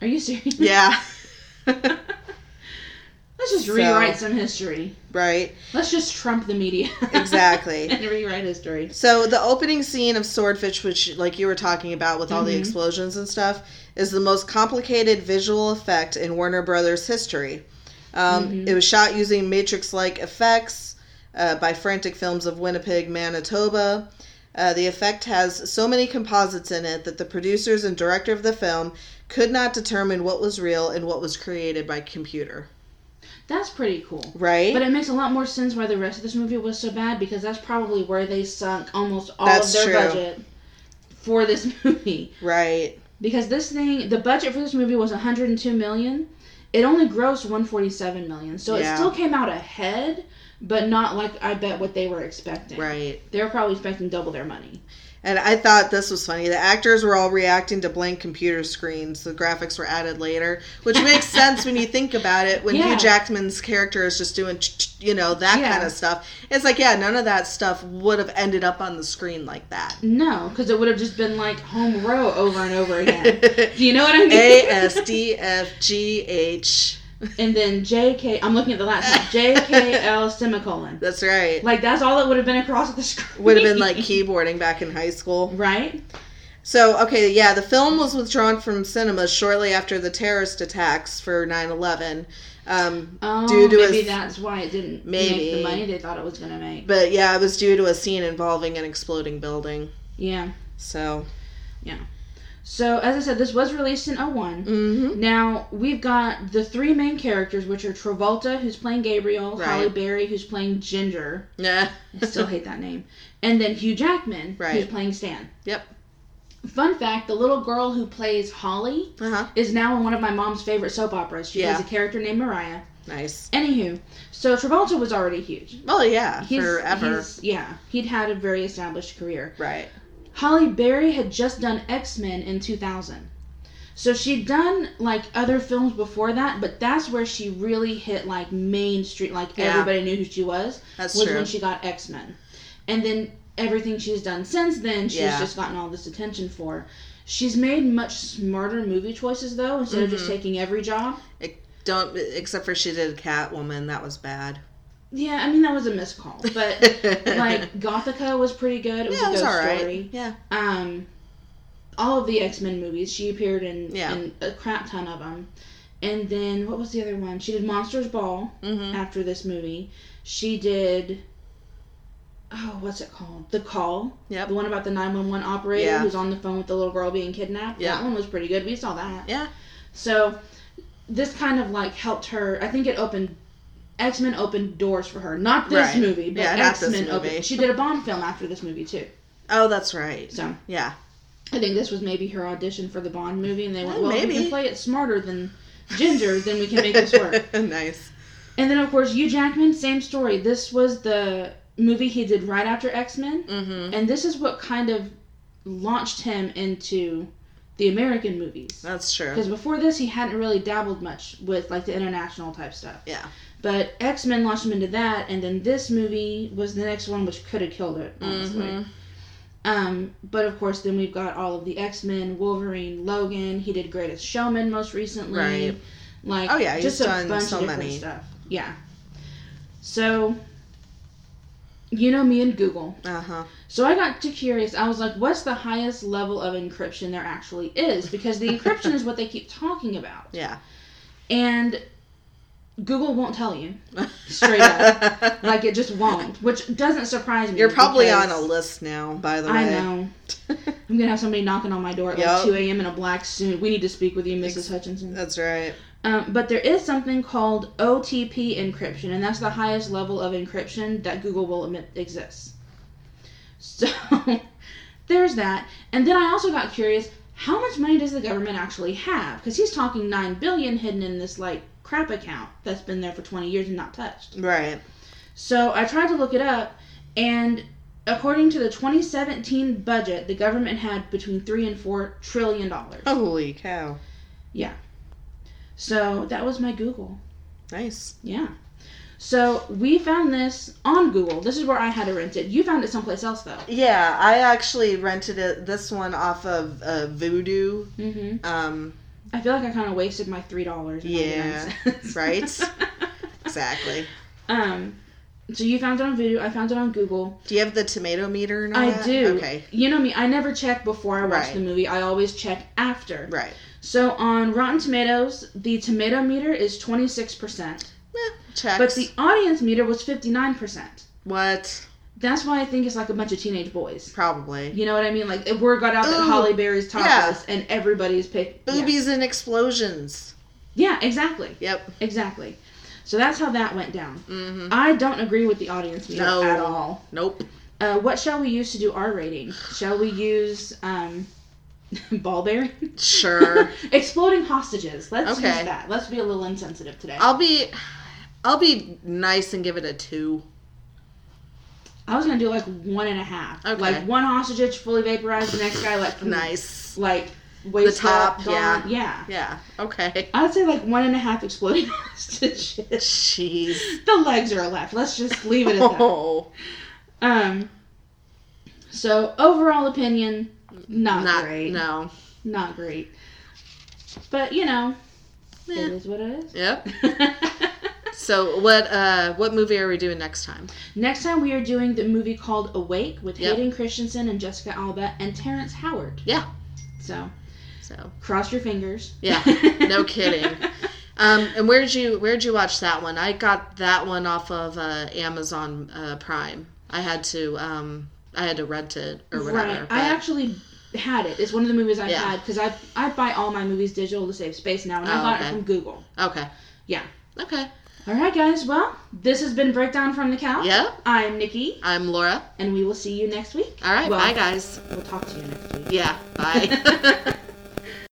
Speaker 5: Are you serious?
Speaker 4: Yeah,
Speaker 5: Let's just rewrite some history.
Speaker 4: right?
Speaker 5: Let's just trump the media.
Speaker 4: Exactly.
Speaker 5: and rewrite history.
Speaker 4: So the opening scene of Swordfish, which like you were talking about with all
Speaker 5: Mm-hmm.
Speaker 4: the explosions and stuff, is the most complicated visual effect in Warner Brothers history. Um,
Speaker 5: Mm-hmm.
Speaker 4: It was shot using Matrix-like effects uh, by Frantic Films of Winnipeg, Manitoba. Uh, the effect has so many composites in it that the producers and director of the film could not determine what was real and what was created by computer.
Speaker 5: That's pretty cool.
Speaker 4: Right?
Speaker 5: But it makes a lot more sense why the rest of this movie was so bad because that's probably where they sunk almost all
Speaker 4: That's
Speaker 5: of their
Speaker 4: true.
Speaker 5: budget for this movie.
Speaker 4: right.
Speaker 5: Because this thing, the budget for this movie was 102 million. It only grossed 147 million, so it
Speaker 4: Yeah.
Speaker 5: still came out ahead, but not like I bet what they were expecting.
Speaker 4: Right.
Speaker 5: They were probably expecting double their money.
Speaker 4: And I thought this was funny. The actors were all reacting to blank computer screens. The graphics were added later, which makes sense when you think about it. When
Speaker 5: Yeah.
Speaker 4: Hugh Jackman's character is just doing, ch- ch- you know, that
Speaker 5: Yeah.
Speaker 4: kind of stuff. It's like, yeah, none of that stuff would have ended up on the screen like that.
Speaker 5: No, because it would have just been like home row over and over again. Do you know what I mean?
Speaker 4: A S D F G H.
Speaker 5: and then JK. I'm looking at the last one. JKL semicolon.
Speaker 4: That's right.
Speaker 5: Like that's all that would have been across the screen.
Speaker 4: Would have been like keyboarding back in high school.
Speaker 5: right.
Speaker 4: So, okay, yeah, the film was withdrawn from cinemas shortly after the terrorist attacks for 9 11. Um,
Speaker 5: Oh,
Speaker 4: due to
Speaker 5: maybe
Speaker 4: a-
Speaker 5: that's why it didn't make the
Speaker 4: Maybe.
Speaker 5: money they thought it was gonna make.
Speaker 4: But yeah, it was due to a scene involving an exploding building.
Speaker 5: yeah.
Speaker 4: So,
Speaker 5: Yeah. So, as I said, this was released in 1
Speaker 4: Mm.
Speaker 5: Now, we've got the three main characters, which are Travolta, who's playing Gabriel,
Speaker 4: Right.
Speaker 5: Holly Berry, who's playing Ginger.
Speaker 4: Yeah.
Speaker 5: I still hate that name. And then Hugh Jackman, who's
Speaker 4: Right.
Speaker 5: playing Stan.
Speaker 4: Yep.
Speaker 5: Fun fact the little girl who plays Holly
Speaker 4: Uh huh.
Speaker 5: is now in one of my mom's favorite soap operas. She
Speaker 4: Yeah.
Speaker 5: plays a character named Mariah.
Speaker 4: Nice.
Speaker 5: Anywho, so Travolta was already huge.
Speaker 4: Well, yeah.
Speaker 5: He's,
Speaker 4: forever.
Speaker 5: he's- yeah, he'd had a very established career.
Speaker 4: Right.
Speaker 5: Holly Berry had just done X Men in 2000. So she'd done like other films before that, but that's where she really hit like mainstream. Like
Speaker 4: Yeah.
Speaker 5: everybody knew who she was.
Speaker 4: That's
Speaker 5: was
Speaker 4: true.
Speaker 5: when she got X Men, and then everything she's done since then, she's
Speaker 4: Yeah.
Speaker 5: just gotten all this attention for. She's made much smarter movie choices though, instead of just
Speaker 4: Mm-hmm.
Speaker 5: taking every job.
Speaker 4: It don't except for she did Catwoman. That was bad.
Speaker 5: Yeah, I mean that was a miscall, but like Gothica was pretty good. It was
Speaker 4: yeah,
Speaker 5: a
Speaker 4: it was
Speaker 5: ghost
Speaker 4: all right.
Speaker 5: story.
Speaker 4: Yeah.
Speaker 5: um, all of the X Men movies. She appeared in,
Speaker 4: Yeah.
Speaker 5: in a crap ton of them. And then what was the other one? She did Monsters Ball
Speaker 4: Mm-hmm.
Speaker 5: after this movie. She did. Oh, what's it called? The Call.
Speaker 4: Yep.
Speaker 5: The one about the 911 operator
Speaker 4: Yeah.
Speaker 5: who's on the phone with the little girl being kidnapped.
Speaker 4: Yeah.
Speaker 5: That one was pretty good. We saw that.
Speaker 4: Yeah.
Speaker 5: So this kind of like helped her. I think it opened X Men opened doors for her. Not this
Speaker 4: Right.
Speaker 5: movie, but
Speaker 4: Yeah, not
Speaker 5: X
Speaker 4: this
Speaker 5: Men
Speaker 4: movie.
Speaker 5: opened. She did a Bond film after this movie too.
Speaker 4: Oh, that's right.
Speaker 5: So
Speaker 4: Yeah.
Speaker 5: I think this was maybe her audition for the Bond movie, and they went,
Speaker 4: Oh,
Speaker 5: "Well, if we
Speaker 4: maybe.
Speaker 5: can play it smarter than Ginger, then we can make this work."
Speaker 4: nice.
Speaker 5: And then, of course, Hugh Jackman, same story. This was the movie he did right after X Men, mm-hmm. and this is what kind of launched him into the American movies.
Speaker 4: That's
Speaker 5: Because
Speaker 4: true.
Speaker 5: before this, he hadn't really dabbled much with like the international type stuff.
Speaker 4: Yeah.
Speaker 5: But X Men launched him into that, and then this movie was the next one, which could have killed it, honestly.
Speaker 4: Mm-hmm.
Speaker 5: Um, but of course, then we've got all of the X Men, Wolverine, Logan. He did Greatest Showman most recently.
Speaker 4: Right.
Speaker 5: Like,
Speaker 4: Oh, yeah, he's
Speaker 5: just a
Speaker 4: done
Speaker 5: bunch
Speaker 4: so
Speaker 5: of different
Speaker 4: many.
Speaker 5: stuff. Yeah. So, you know me and Google.
Speaker 4: Uh huh.
Speaker 5: So I got too curious. I was like, what's the highest level of encryption there actually is? Because the encryption is what they keep talking about.
Speaker 4: Yeah.
Speaker 5: And Google won't tell you straight up. like it just won't, which doesn't surprise me.
Speaker 4: You're probably
Speaker 5: because-
Speaker 4: on a list now, by the way.
Speaker 5: I know. I'm gonna have somebody knocking on my door at
Speaker 4: Yup.
Speaker 5: like 2 a.m. in a black suit. We need to speak with you, Mrs. Hutchinson.
Speaker 4: That's right.
Speaker 5: Um, but there is something called OTP encryption, and that's the highest level of encryption that Google will admit exists. So there's that. And then I also got curious: how much money does the government actually have? Because he's talking nine billion hidden in this like crap account that's been there for 20 years and not touched.
Speaker 4: Right.
Speaker 5: So I tried to look it up, and according to the 2017 budget, the government had between three and four trillion dollars.
Speaker 4: Holy cow.
Speaker 5: Yeah. So that was my Google.
Speaker 4: Nice.
Speaker 5: Yeah. So we found this on Google. This is where I had to rent it. You found it someplace else though.
Speaker 4: Yeah, I actually rented it, this one off of uh, Voodoo.
Speaker 5: Mm-hmm.
Speaker 4: Um,
Speaker 5: I feel like I kind of wasted my three dollars.
Speaker 4: yeah, right? exactly.
Speaker 5: um. So you found it on Voodoo. I found it on Google.
Speaker 4: Do you have the tomato meter? And all
Speaker 5: I
Speaker 4: that?
Speaker 5: do.
Speaker 4: Uh, Okay.
Speaker 5: You know me, I never check before I watch
Speaker 4: Right.
Speaker 5: the movie. I always check after.
Speaker 4: Right.
Speaker 5: So on Rotten Tomatoes, the tomato meter is 26%,
Speaker 4: Eh, checks.
Speaker 5: but the audience meter was 59%.
Speaker 4: what?
Speaker 5: That's why I think it's like a bunch of teenage boys.
Speaker 4: Probably.
Speaker 5: You know what I mean? Like, if word got out that
Speaker 4: Ooh,
Speaker 5: Holly Berry's topless and everybody's pick.
Speaker 4: Boobies and explosions.
Speaker 5: Yeah. yeah, exactly.
Speaker 4: Yep.
Speaker 5: Exactly. So that's how that went down. I don't agree with the audience meter
Speaker 4: Mm-hmm. No.
Speaker 5: at all.
Speaker 4: Nope.
Speaker 5: Uh, what shall we use to do our rating? Shall we use um, ball bearing?
Speaker 4: Sure.
Speaker 5: Exploding hostages. Let's
Speaker 4: Okay.
Speaker 5: use that. Let's be a little insensitive today.
Speaker 4: I'll be, I'll be nice and give it a two.
Speaker 5: I was gonna do like one and a half.
Speaker 4: Okay.
Speaker 5: Like one hostage fully vaporized, the next guy like
Speaker 4: Nice.
Speaker 5: like waist
Speaker 4: The top,
Speaker 5: up, gone.
Speaker 4: yeah.
Speaker 5: yeah.
Speaker 4: Yeah. Okay.
Speaker 5: I'd say like one and a half exploding hostages.
Speaker 4: Jeez.
Speaker 5: The legs are left. Let's just leave it at that.
Speaker 4: Oh,
Speaker 5: Um. So overall opinion, not,
Speaker 4: not
Speaker 5: great.
Speaker 4: no.
Speaker 5: Not great. But you know, it is what it
Speaker 4: Yep.
Speaker 5: is.
Speaker 4: So what uh what movie are we doing next time?
Speaker 5: Next time we are doing the movie called Awake with
Speaker 4: Yep.
Speaker 5: Hayden Christensen and Jessica Alba and Terrence Howard.
Speaker 4: Yeah.
Speaker 5: So
Speaker 4: So
Speaker 5: cross your fingers.
Speaker 4: yeah, no kidding. Um, and where'd you where'd you watch that one? I got that one off of uh, Amazon uh, Prime. I had to um I had to rent it or whatever.
Speaker 5: right.
Speaker 4: but-
Speaker 5: I actually had it. It's one of the movies I've
Speaker 4: Yeah.
Speaker 5: had because I I buy all my movies digital to save space now, and I
Speaker 4: Oh,
Speaker 5: got it
Speaker 4: okay.
Speaker 5: from Google.
Speaker 4: Okay.
Speaker 5: Yeah.
Speaker 4: Okay.
Speaker 5: All right, guys. Well, this has been breakdown from the couch.
Speaker 4: Yeah.
Speaker 5: I'm Nikki,
Speaker 4: I'm Laura.
Speaker 5: and we will see you next week.
Speaker 4: All right.
Speaker 5: Well,
Speaker 4: Bye, guys.
Speaker 5: We'll talk to you next week.
Speaker 4: Yeah. Bye.